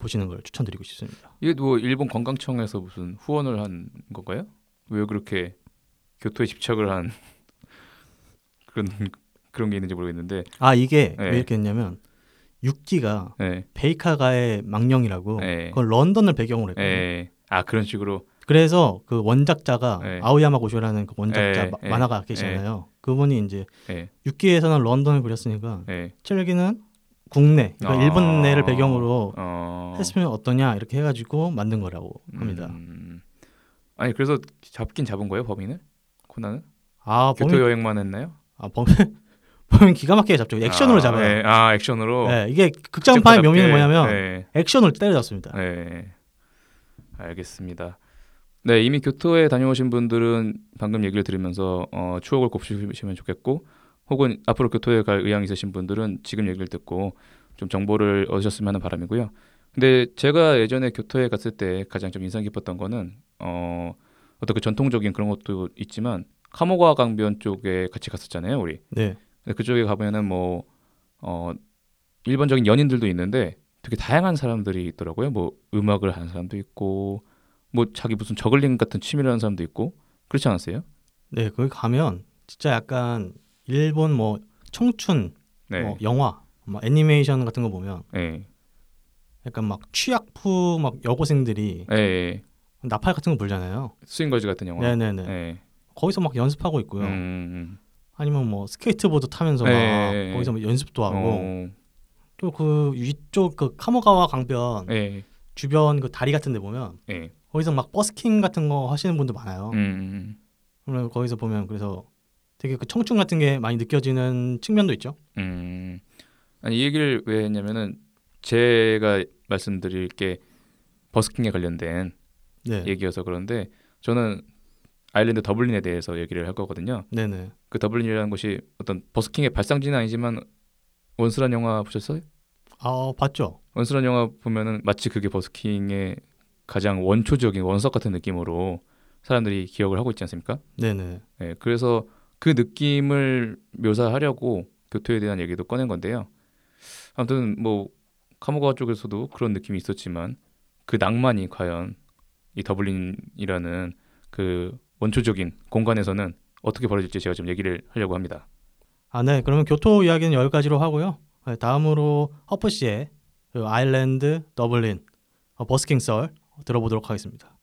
S2: 보시는 걸 추천드리고 싶습니다.
S1: 이게 뭐 일본 관광청에서 무슨 후원을 한 건가요? 왜 그렇게 교토에 집착을 한 [laughs] 그런 그런 게 있는지 모르겠는데.
S2: 아 이게
S1: 네.
S2: 왜 이렇게 했냐면 6기가
S1: 네.
S2: 베이카가의 망령이라고
S1: 네.
S2: 어, 그건 런던을 배경으로 했거든요.
S1: 네. 아, 그런 식으로
S2: 그래서 그 원작자가
S1: 네.
S2: 아오야마 고쇼라는 그 원작자
S1: 네,
S2: 마-
S1: 네,
S2: 만화가 계시잖아요. 그분이 이제
S1: 네.
S2: 6기에서는 런던을 그렸으니까
S1: 네.
S2: 7기는 국내 그러니까
S1: 아.
S2: 일본 내를 배경으로
S1: 어.
S2: 했으면 어떠냐 이렇게 해가지고 만든 거라고 합니다.
S1: 음. 아니 그래서 잡긴 잡은 거예요 범인을 코난은?
S2: 아 범인
S1: 교토 여행만 했나요?
S2: 아 범인 [laughs] 범인 기가 막히게 잡죠. 액션으로
S1: 아,
S2: 잡아요.
S1: 네. 아 액션으로.
S2: 네, 이게 극장판의
S1: 직접 잡게.
S2: 묘미는 뭐냐면
S1: 네.
S2: 액션을 때려잡습니다.
S1: 네. 알겠습니다. 네 이미 교토에 다녀오신 분들은 방금 얘기를 들으면서 어, 추억을 곱씹으시면 좋겠고 혹은 앞으로 교토에 갈 의향이 있으신 분들은 지금 얘기를 듣고 좀 정보를 얻으셨으면 하는 바람이고요. 근데 제가 예전에 교토에 갔을 때 가장 좀 인상 깊었던 거는 어, 어떤 그 전통적인 그런 것도 있지만 카모가 강변 쪽에 같이 갔었잖아요, 우리.
S2: 네.
S1: 근데 그쪽에 가면은 뭐 어, 일반적인 연인들도 있는데 되게 다양한 사람들이 있더라고요. 뭐 음악을 하는 사람도 있고 뭐 자기 무슨 저글링 같은 취미를 하는 사람도 있고 그렇지 않았어요?
S2: 네, 거기 가면 진짜 약간 일본 뭐 청춘
S1: 네.
S2: 뭐 영화, 뭐 애니메이션 같은 거 보면
S1: 네.
S2: 약간 막 취약부 막 여고생들이
S1: 예. 예.
S2: 나팔 같은 거 불잖아요.
S1: 스윙걸즈 같은 영화.
S2: 네. 네, 네, 네.
S1: 예.
S2: 거기서 막 연습하고 있고요.
S1: 음, 음.
S2: 아니면 뭐 스케이트보드 타면서 막
S1: 네.
S2: 거기서 뭐 연습도 하고
S1: 어,
S2: 또 그 위쪽 그 카모가와 강변
S1: 예.
S2: 주변 그 다리 같은 데 보면
S1: 예.
S2: 거기 거기서 막 버스킹 같은 거 하시는 분들 많아요.
S1: 음, 음,
S2: 그러면 거기서 보면 그래서 되게 그 청춘 같은 게 많이 느껴지는 측면도 있죠.
S1: 음. 아니 이 얘기를 왜 했냐면은 제가 말씀드릴 게 버스킹에 관련된
S2: 네,
S1: 얘기여서 그런데 저는 아일랜드 더블린에 대해서 얘기를 할 거거든요.
S2: 네, 네.
S1: 그 더블린이라는 곳이 어떤 버스킹의 발상지는 아니지만 원스란 영화 보셨어요?
S2: 아 봤죠.
S1: 원스란 영화 보면은 마치 그게 버스킹의 가장 원초적인 원석 같은 느낌으로 사람들이 기억을 하고 있지 않습니까?
S2: 네, 네,
S1: 예, 그래서 그 느낌을 묘사하려고 교토에 대한 얘기도 꺼낸 건데요. 아무튼 뭐 카모가와 쪽에서도 그런 느낌이 있었지만 그 낭만이 과연 이 더블린이라는 그 원초적인 공간에서는 어떻게 벌어질지 제가 좀 얘기를 하려고 합니다.
S2: 아 네. 그러면 교토 이야기는 여기까지로 하고요. 네, 다음으로 허프 씨의 그 아일랜드 더블린 어, 버스킹 썰 들어보도록 하겠습니다.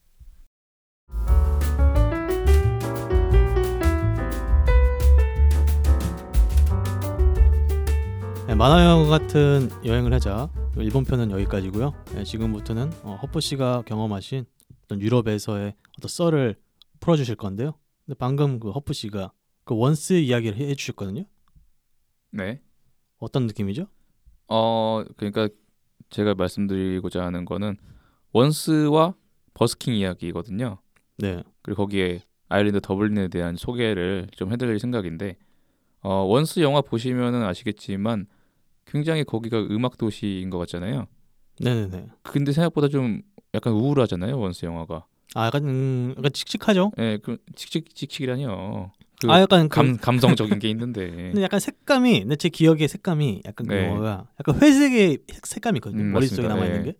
S2: 네, 만화 영화 같은 여행을 하자 일본 편은 여기까지고요. 네, 지금부터는 어, 허프 씨가 경험하신 어떤 유럽에서의 어떤 썰을 풀어주실 건데요. 근데 방금 그 허프 씨가 그 원스 이야기를 해- 해주셨거든요.
S1: 네.
S2: 어떤 느낌이죠?
S1: 어 그러니까 제가 말씀드리고자 하는 거는 원스와 버스킹 이야기거든요.
S2: 네,
S1: 그리고 거기에 아일랜드 더블린에 대한 소개를 좀 해드릴 생각인데 어, 원스 영화 보시면은 아시겠지만 굉장히 거기가 음악 도시인 것 같잖아요.
S2: 네, 네, 네.
S1: 근데 생각보다 좀 약간 우울하잖아요 원스 영화가.
S2: 아 약간 음, 약간 칙칙하죠.
S1: 예, 그 칙칙 칙칙이라니요. 그
S2: 아 약간 그- 네.
S1: 감 감성적인 게 있는데.
S2: [laughs] 근데 약간 색감이 근데 제 기억의 색감이 약간 그
S1: 네.
S2: 영화가 약간 회색의 색- 색감이 있거든요.
S1: 음,
S2: 머릿속에
S1: 맞습니다.
S2: 남아 있는
S1: 예.
S2: 게.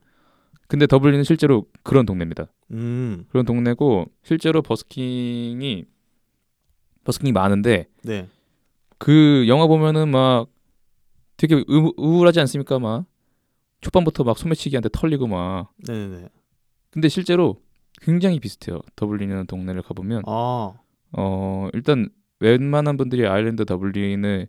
S1: 근데 더블린은 실제로 그런 동네입니다.
S2: 음,
S1: 그런 동네고 실제로 버스킹이 버스킹이 많은데
S2: 네,
S1: 그 영화 보면은 막 되게 우, 우울하지 않습니까? 막 초반부터 막 소매치기한테 털리고 막
S2: 네, 네, 네.
S1: 음. 근데 실제로 굉장히 비슷해요. 더블린이라는 동네를 가보면
S2: 아,
S1: 어 일단 웬만한 분들이 아일랜드 더블린을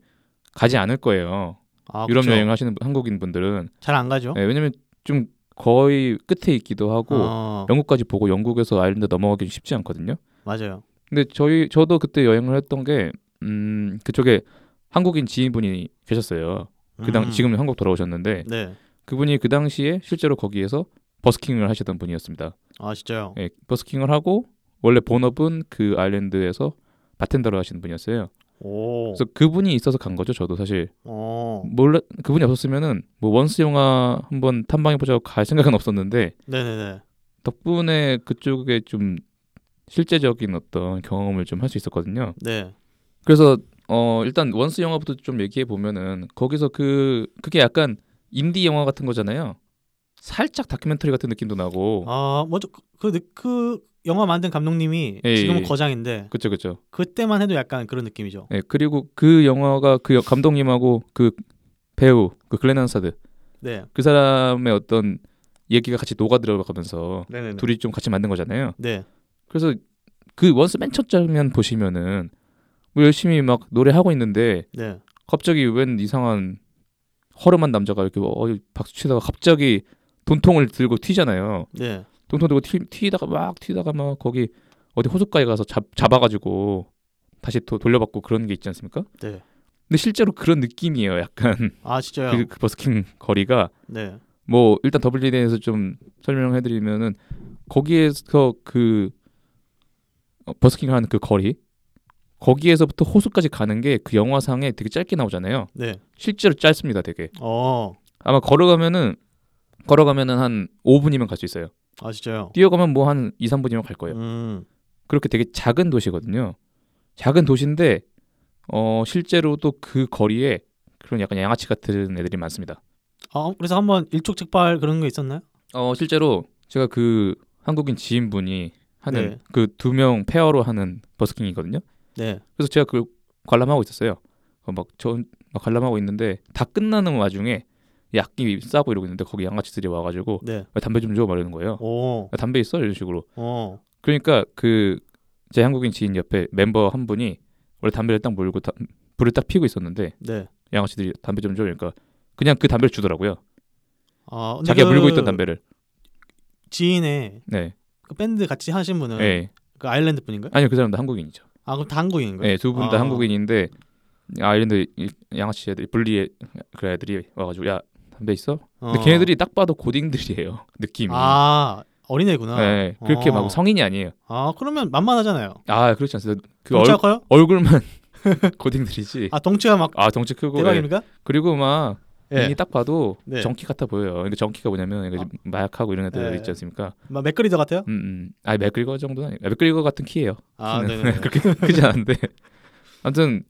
S1: 가지 않을 거예요.
S2: 아
S1: 유럽 여행 하시는 분- 한국인 분들은
S2: 잘안 가죠.
S1: 네, 왜냐면 좀 거의 끝에 있기도 하고
S2: 아,
S1: 영국까지 보고 영국에서 아일랜드 넘어가기 쉽지 않거든요.
S2: 맞아요.
S1: 근데 저희 저도 그때 여행을 했던 게 음, 그쪽에 한국인 지인분이 계셨어요. 그당
S2: 음,
S1: 지금 한국 돌아오셨는데
S2: 네,
S1: 그분이 그 당시에 실제로 거기에서 버스킹을 하시던 분이었습니다.
S2: 아 진짜요.
S1: 예, 버스킹을 하고 원래 본업은 그 아일랜드에서 바텐더로 하시는 분이었어요.
S2: 오,
S1: 그래서 그분이 있어서 간 거죠. 저도 사실
S2: 어,
S1: 몰라 그분이 없었으면은 뭐 원스 영화 한번 탐방해 보자고 갈 생각은 없었는데
S2: 네, 네, 네.
S1: 덕분에 그쪽에 좀 실제적인 어떤 경험을 좀 할 수 있었거든요.
S2: 네,
S1: 그래서 어 일단 원스 영화부터 좀 얘기해 보면은 거기서 그 그게 약간 인디 영화 같은 거잖아요. 살짝 다큐멘터리 같은 느낌도 나고.
S2: 아 먼저 그그 그 영화 만든 감독님이
S1: 예,
S2: 지금은
S1: 예.
S2: 거장인데
S1: 그쵸그쵸
S2: 그때만 해도 약간 그런 느낌이죠.
S1: 예 그리고 그 영화가 그 여- 감독님하고 그 배우 그 글렌 한사드
S2: 네,
S1: 그 사람의 어떤 얘기가 같이 녹아 들어가면서
S2: 네, 네, 네.
S1: 둘이 좀 같이 만든 거잖아요.
S2: 네,
S1: 그래서 그 원스 맨 첫 장면 보시면은 뭐 열심히 막 노래하고 있는데
S2: 네,
S1: 갑자기 웬 이상한 허름한 남자가 이렇게 어, 박수 치다가 갑자기 돈통을 들고 튀잖아요.
S2: 네.
S1: 돈통 들고 튀, 튀다가 막 튀다가 막 거기 어디 호숫가에 가서 잡, 잡아가지고 다시 또 돌려받고 그런 게 있지 않습니까?
S2: 네.
S1: 근데 실제로 그런 느낌이에요. 약간 [laughs]
S2: 아 진짜요.
S1: 그, 그 버스킹 거리가
S2: 네.
S1: 뭐 일단 더블린에서 좀 설명해드리면은 거기에서 그 어, 버스킹하는 그 거리 거기에서부터 호수까지 가는 게 그 영화상에 되게 짧게 나오잖아요.
S2: 네.
S1: 실제로 짧습니다, 되게.
S2: 어.
S1: 아마 걸어가면은 걸어가면은 한 5분이면 갈 수 있어요.
S2: 아 진짜요.
S1: 뛰어가면 뭐 한 2, 3분이면 갈 거예요.
S2: 음.
S1: 그렇게 되게 작은 도시거든요. 작은 도시인데 어 실제로 또 그 거리에 그런 약간 양아치 같은 애들이 많습니다.
S2: 아 그래서 한번 일촉즉발 그런 거 있었나요?
S1: 어 실제로 제가 그 한국인 지인분이 하는
S2: 네.
S1: 그 두 명 페어로 하는 버스킹이거든요.
S2: 네.
S1: 그래서 제가 그걸 관람하고 있었어요. 막저 막 관람하고 있는데 다 끝나는 와중에 약기 싸고 이러고 있는데 거기 양아치들이 와가지고
S2: 네.
S1: 야, 담배 좀 줘 말하는 거예요.
S2: 오.
S1: 야, 담배 있어 이런 식으로.
S2: 어.
S1: 그러니까 그 제 한국인 지인 옆에 멤버 한 분이 원래 담배를 딱 물고 다- 불을 딱 피우고 있었는데
S2: 네.
S1: 양아치들이 담배 좀 줘 그러니까 그냥 그 담배를 주더라고요.
S2: 아 근데
S1: 자기가
S2: 그
S1: 물고 있던 담배를.
S2: 지인의
S1: 네.
S2: 그 밴드 같이 하신 분은
S1: 예.
S2: 그 아일랜드 분인가요?
S1: 아니요 그 사람도 한국인이죠.
S2: 아 그럼 다 한국인인가요?
S1: 예, 두 분 다
S2: 아.
S1: 한국인인데 아일랜드 이- 양아치 애들 분리의 그 애들이 와가지고 야 담배 있어? 근데
S2: 어.
S1: 걔네들이 딱 봐도 고딩들이에요 [laughs] 느낌이.
S2: 아 어린애구나.
S1: 예, 그렇게
S2: 어.
S1: 막 성인이 아니에요.
S2: 아 그러면 만만하잖아요.
S1: 아 그렇지 않습니다. 그 얼,
S2: 동치할까요?
S1: 얼굴만 [laughs] 고딩들이지.
S2: 아 덩치가 막
S1: 아 덩치 크고 예.
S2: 대박입니까?
S1: 그리고 막
S2: 예.
S1: 눈이 딱 봐도
S2: 네.
S1: 정키 같아 보여요. 근데 정키가 뭐냐면 이게
S2: 아.
S1: 마약하고 이런 애들
S2: 예.
S1: 있지 않습니까?
S2: 막 맥그리더 같아요?
S1: 음, 음. 아 맥그리거 정도는 아니에요. 맥그리거 같은 키예요.
S2: 아
S1: 키는.
S2: 네네.
S1: 그렇게 [laughs] 크지 않은데 아무튼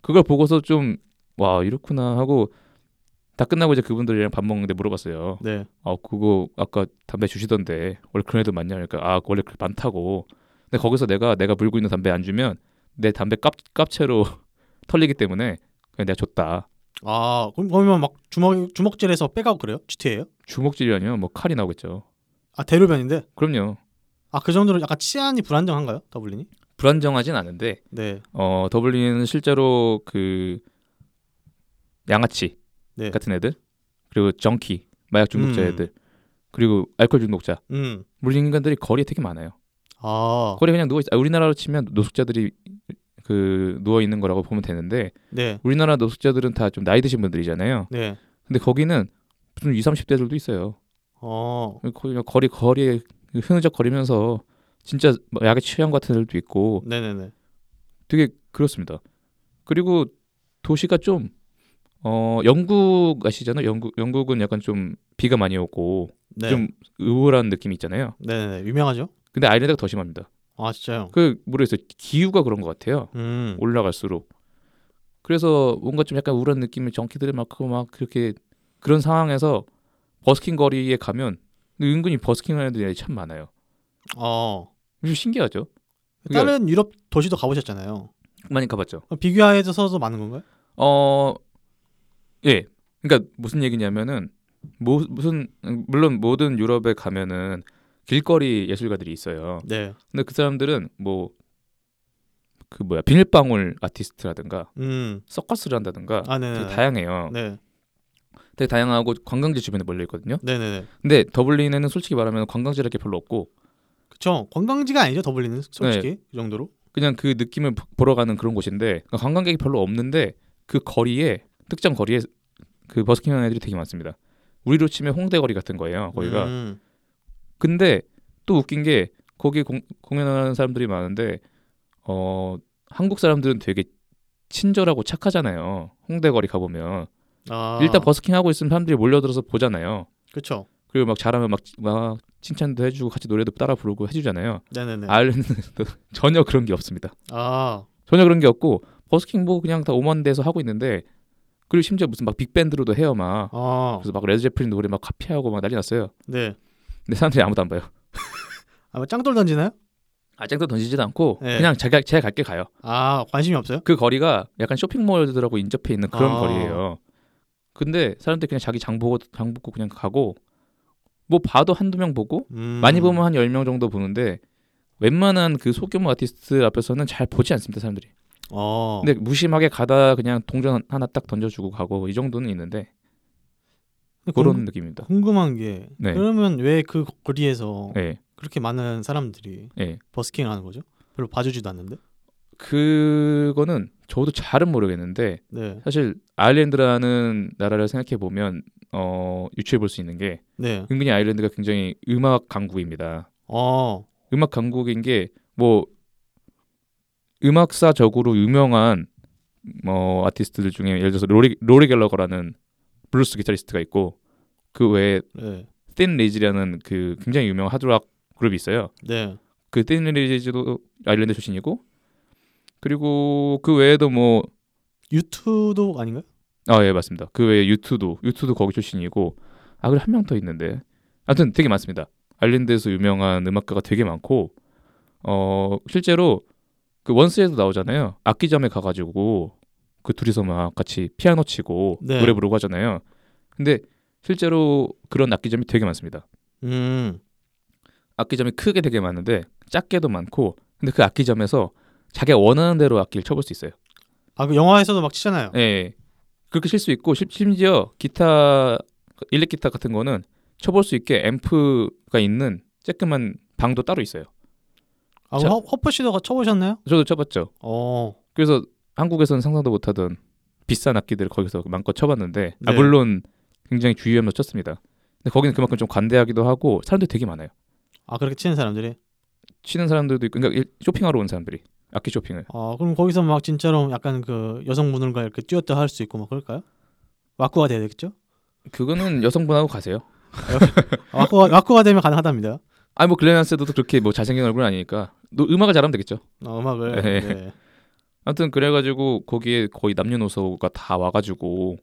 S1: 그걸 보고서 좀 와 이렇구나 하고 다 끝나고 이제 그분들이랑 밥 먹는데 물어봤어요.
S2: 네.
S1: 아 그거 아까 담배 주시던데 원래 그런 애들 많냐? 그러니까 아 원래 그 많다고. 근데 거기서 내가 내가 물고 있는 담배 안 주면 내 담배 깝 깝채로 [laughs] 털리기 때문에 그냥 내가 줬다.
S2: 아 그럼 그러면 막 주먹 주먹질해서 빼가고 그래요? GTA예요?
S1: 주먹질이 아니면 뭐 칼이 나오겠죠.
S2: 아 대로변인데
S1: 그럼요.
S2: 아 그 정도로 약간 치안이 불안정한가요? 더블린이?
S1: 불안정하진 않은데
S2: 네.
S1: 어 더블린은 실제로 그 양아치
S2: 네.
S1: 같은 애들 그리고 정키 마약 중독자
S2: 음.
S1: 애들 그리고 알코올 중독자
S2: 음.
S1: 물린 인간들이 거리에 되게 많아요.
S2: 아
S1: 거리 에 그냥 누워 있- 아, 우리나라로 치면 노숙자들이 그 누워 있는 거라고 보면 되는데
S2: 네.
S1: 우리나라 노숙자들은 다 좀 나이 드신 분들이잖아요.
S2: 네.
S1: 근데 거기는 무슨 2, 30대들도 있어요.
S2: 어.
S1: 거기 거리 거리에 흐느적거리면서 진짜 뭐 약에 취한 것 같은 애들도 있고
S2: 네네네.
S1: 되게 그렇습니다. 그리고 도시가 좀 어, 영국 아시잖아요. 영국 영국은 약간 좀 비가 많이 오고
S2: 네.
S1: 좀 우울한 느낌이 있잖아요.
S2: 네네네. 유명하죠?
S1: 근데 아일랜드가 더 심합니다.
S2: 아 진짜요?
S1: 그 모르겠어요. 기후가 그런 것 같아요.
S2: 음.
S1: 올라갈수록 그래서 뭔가 좀 약간 우울한 느낌을 정키들이 막고 막 그렇게 그런 상황에서 버스킹 거리에 가면 은근히 버스킹하는 애들이 참 많아요.
S2: 어.
S1: 좀 신기하죠. 그게-
S2: 다른 유럽 도시도 가보셨잖아요.
S1: 많이 가봤죠.
S2: 그럼 비교해서도 많은 건가요?
S1: 어, 예. 그러니까 무슨 얘기냐면은 모, 무슨 물론 모든 유럽에 가면은 길거리 예술가들이 있어요.
S2: 네.
S1: 근데 그 사람들은 뭐 그 뭐야 비닐방울 아티스트라든가
S2: 음.
S1: 서커스를 한다든가
S2: 아
S1: 되게
S2: 네네.
S1: 다양해요.
S2: 네.
S1: 되게 다양하고 관광지 주변에 몰려 있거든요.
S2: 네네네.
S1: 근데 더블린에는 솔직히 말하면 관광지랄 게 별로 없고
S2: 그쵸. 관광지가 아니죠 더블린은 솔직히
S1: 네.
S2: 그 정도로.
S1: 그냥 그 느낌을 보- 보러 가는 그런 곳인데 그러니까 관광객이 별로 없는데 그 거리에 특정 거리에 그 버스킹하는 애들이 되게 많습니다. 우리로 치면 홍대 거리 같은 아, 거예요. 거기가.
S2: 음.
S1: 근데 또 웃긴 게 거기 공, 공연하는 사람들이 많은데 어 한국 사람들은 되게 친절하고 착하잖아요. 홍대 거리 가보면
S2: 아.
S1: 일단 버스킹 하고 있으면 사람들이 몰려들어서 보잖아요.
S2: 그쵸.
S1: 그리고 막 잘하면 막, 막 칭찬도 해주고 같이 노래도 따라 부르고 해주잖아요.
S2: 네네네.
S1: 아일랜드도 전혀 그런 게 없습니다.
S2: 아.
S1: 전혀 그런 게 없고 버스킹 뭐 그냥 다 오만 데서 하고 있는데 그리고 심지어 무슨 막 빅밴드로도 해요 막
S2: 아.
S1: 그래서 막 레드제플린 노래 막 카피하고 막 난리 났어요.
S2: 네.
S1: 근데 사람들이 아무도 안 봐요.
S2: 아마 짱돌 던지나요?
S1: 아 쟁도 던지지도 않고
S2: 네.
S1: 그냥 제가 제가 갈게 가요.
S2: 아 관심이 없어요?
S1: 그 거리가 약간 쇼핑몰들하고 인접해 있는 그런
S2: 아.
S1: 거리예요. 근데 사람들이 그냥 자기 장 보고 장 보고 그냥 가고 뭐 봐도 한두 명 보고
S2: 음.
S1: 많이 보면 한 10명 정도 보는데 웬만한 그 소규모 아티스트 앞에서는 잘 보지 않습니다, 사람들이.
S2: 어.
S1: 근데 무심하게 가다 그냥 동전 하나 딱 던져주고 가고 이 정도는 있는데
S2: 근데
S1: 그런
S2: 궁-
S1: 느낌입니다.
S2: 궁금한 게
S1: 네.
S2: 그러면 왜 그 거리에서
S1: 예,
S2: 그렇게 많은 사람들이
S1: 예.
S2: 버스킹을 하는 거죠? 별로 봐주지도 않는데.
S1: 그거는 저도 잘은 모르겠는데
S2: 네.
S1: 사실 아일랜드라는 나라를 생각해 보면 어, 유추해 볼 수 있는 게
S2: 네.
S1: 은근히 아일랜드가 굉장히 음악 강국입니다.
S2: 어.
S1: 음악 강국인 게 뭐 음악사적으로 유명한 뭐 아티스트들 중에 예를 들어서 로리 로리 갤러거라는 블루스 기타리스트가 있고 그 외에
S2: 네.
S1: 댄 레이지라는 그 굉장히 유명한 하드락 그룹이 있어요.
S2: 네.
S1: 그댄 레이지도 아일랜드 출신이고 그리고 그 외에도 뭐
S2: 유튜도 아닌가요?
S1: 아 예 맞습니다. 그 외에 유투도 유투도 거기 출신이고 아 그리고 한 명 더 있는데 하여튼 되게 많습니다. 아일랜드에서 유명한 음악가가 되게 많고 어 실제로 그 원스에도 나오잖아요. 악기점에 가가지고 그 둘이서 막 같이 피아노 치고
S2: 네.
S1: 노래 부르고 하잖아요. 근데 실제로 그런 악기점이 되게 많습니다.
S2: 음.
S1: 악기점이 크게 되게 많은데 작게도 많고 근데 그 악기점에서 자기가 원하는 대로 악기를 쳐볼 수 있어요.
S2: 아 그 영화에서도 막 치잖아요.
S1: 예, 예. 그렇게 칠 수 있고 심- 심지어 기타 일렉 기타 같은 거는 쳐볼 수 있게 앰프가 있는 쬐끄만 방도 따로 있어요.
S2: 아,
S1: 자-
S2: 허, 허프시도가 쳐보셨나요?
S1: 저도 쳐봤죠.
S2: 어.
S1: 그래서 한국에서는 상상도 못하던 비싼 악기들을 거기서 마음껏 쳐봤는데 아,
S2: 네.
S1: 물론 굉장히 주의하면서 쳤습니다. 근데 거기는 그만큼 좀 관대하기도 하고 사람들이 되게 많아요.
S2: 아 그렇게 치는 사람들이.
S1: 치는 사람들도 있고 그러니까 일- 쇼핑하러 온 사람들이 악기 쇼핑을
S2: 어 그럼 거기서 막 진짜로 약간 그 여성분들과 이렇게 뛰었다 할 수 있고 막 그럴까요? 와꾸가 돼야 되겠죠?
S1: 그거는 여성분하고 가세요.
S2: 아, 와꾸가 와꾸가 되면 가능하답니다.
S1: 아니 뭐 글래난스도 그렇게 뭐 잘생긴 얼굴은 아니니까 노- 음악을 잘하면 되겠죠.
S2: 어, 음악을.
S1: 네.
S2: 네.
S1: 아무튼 그래가지고 거기에 거의 남녀노소가 다 와가지고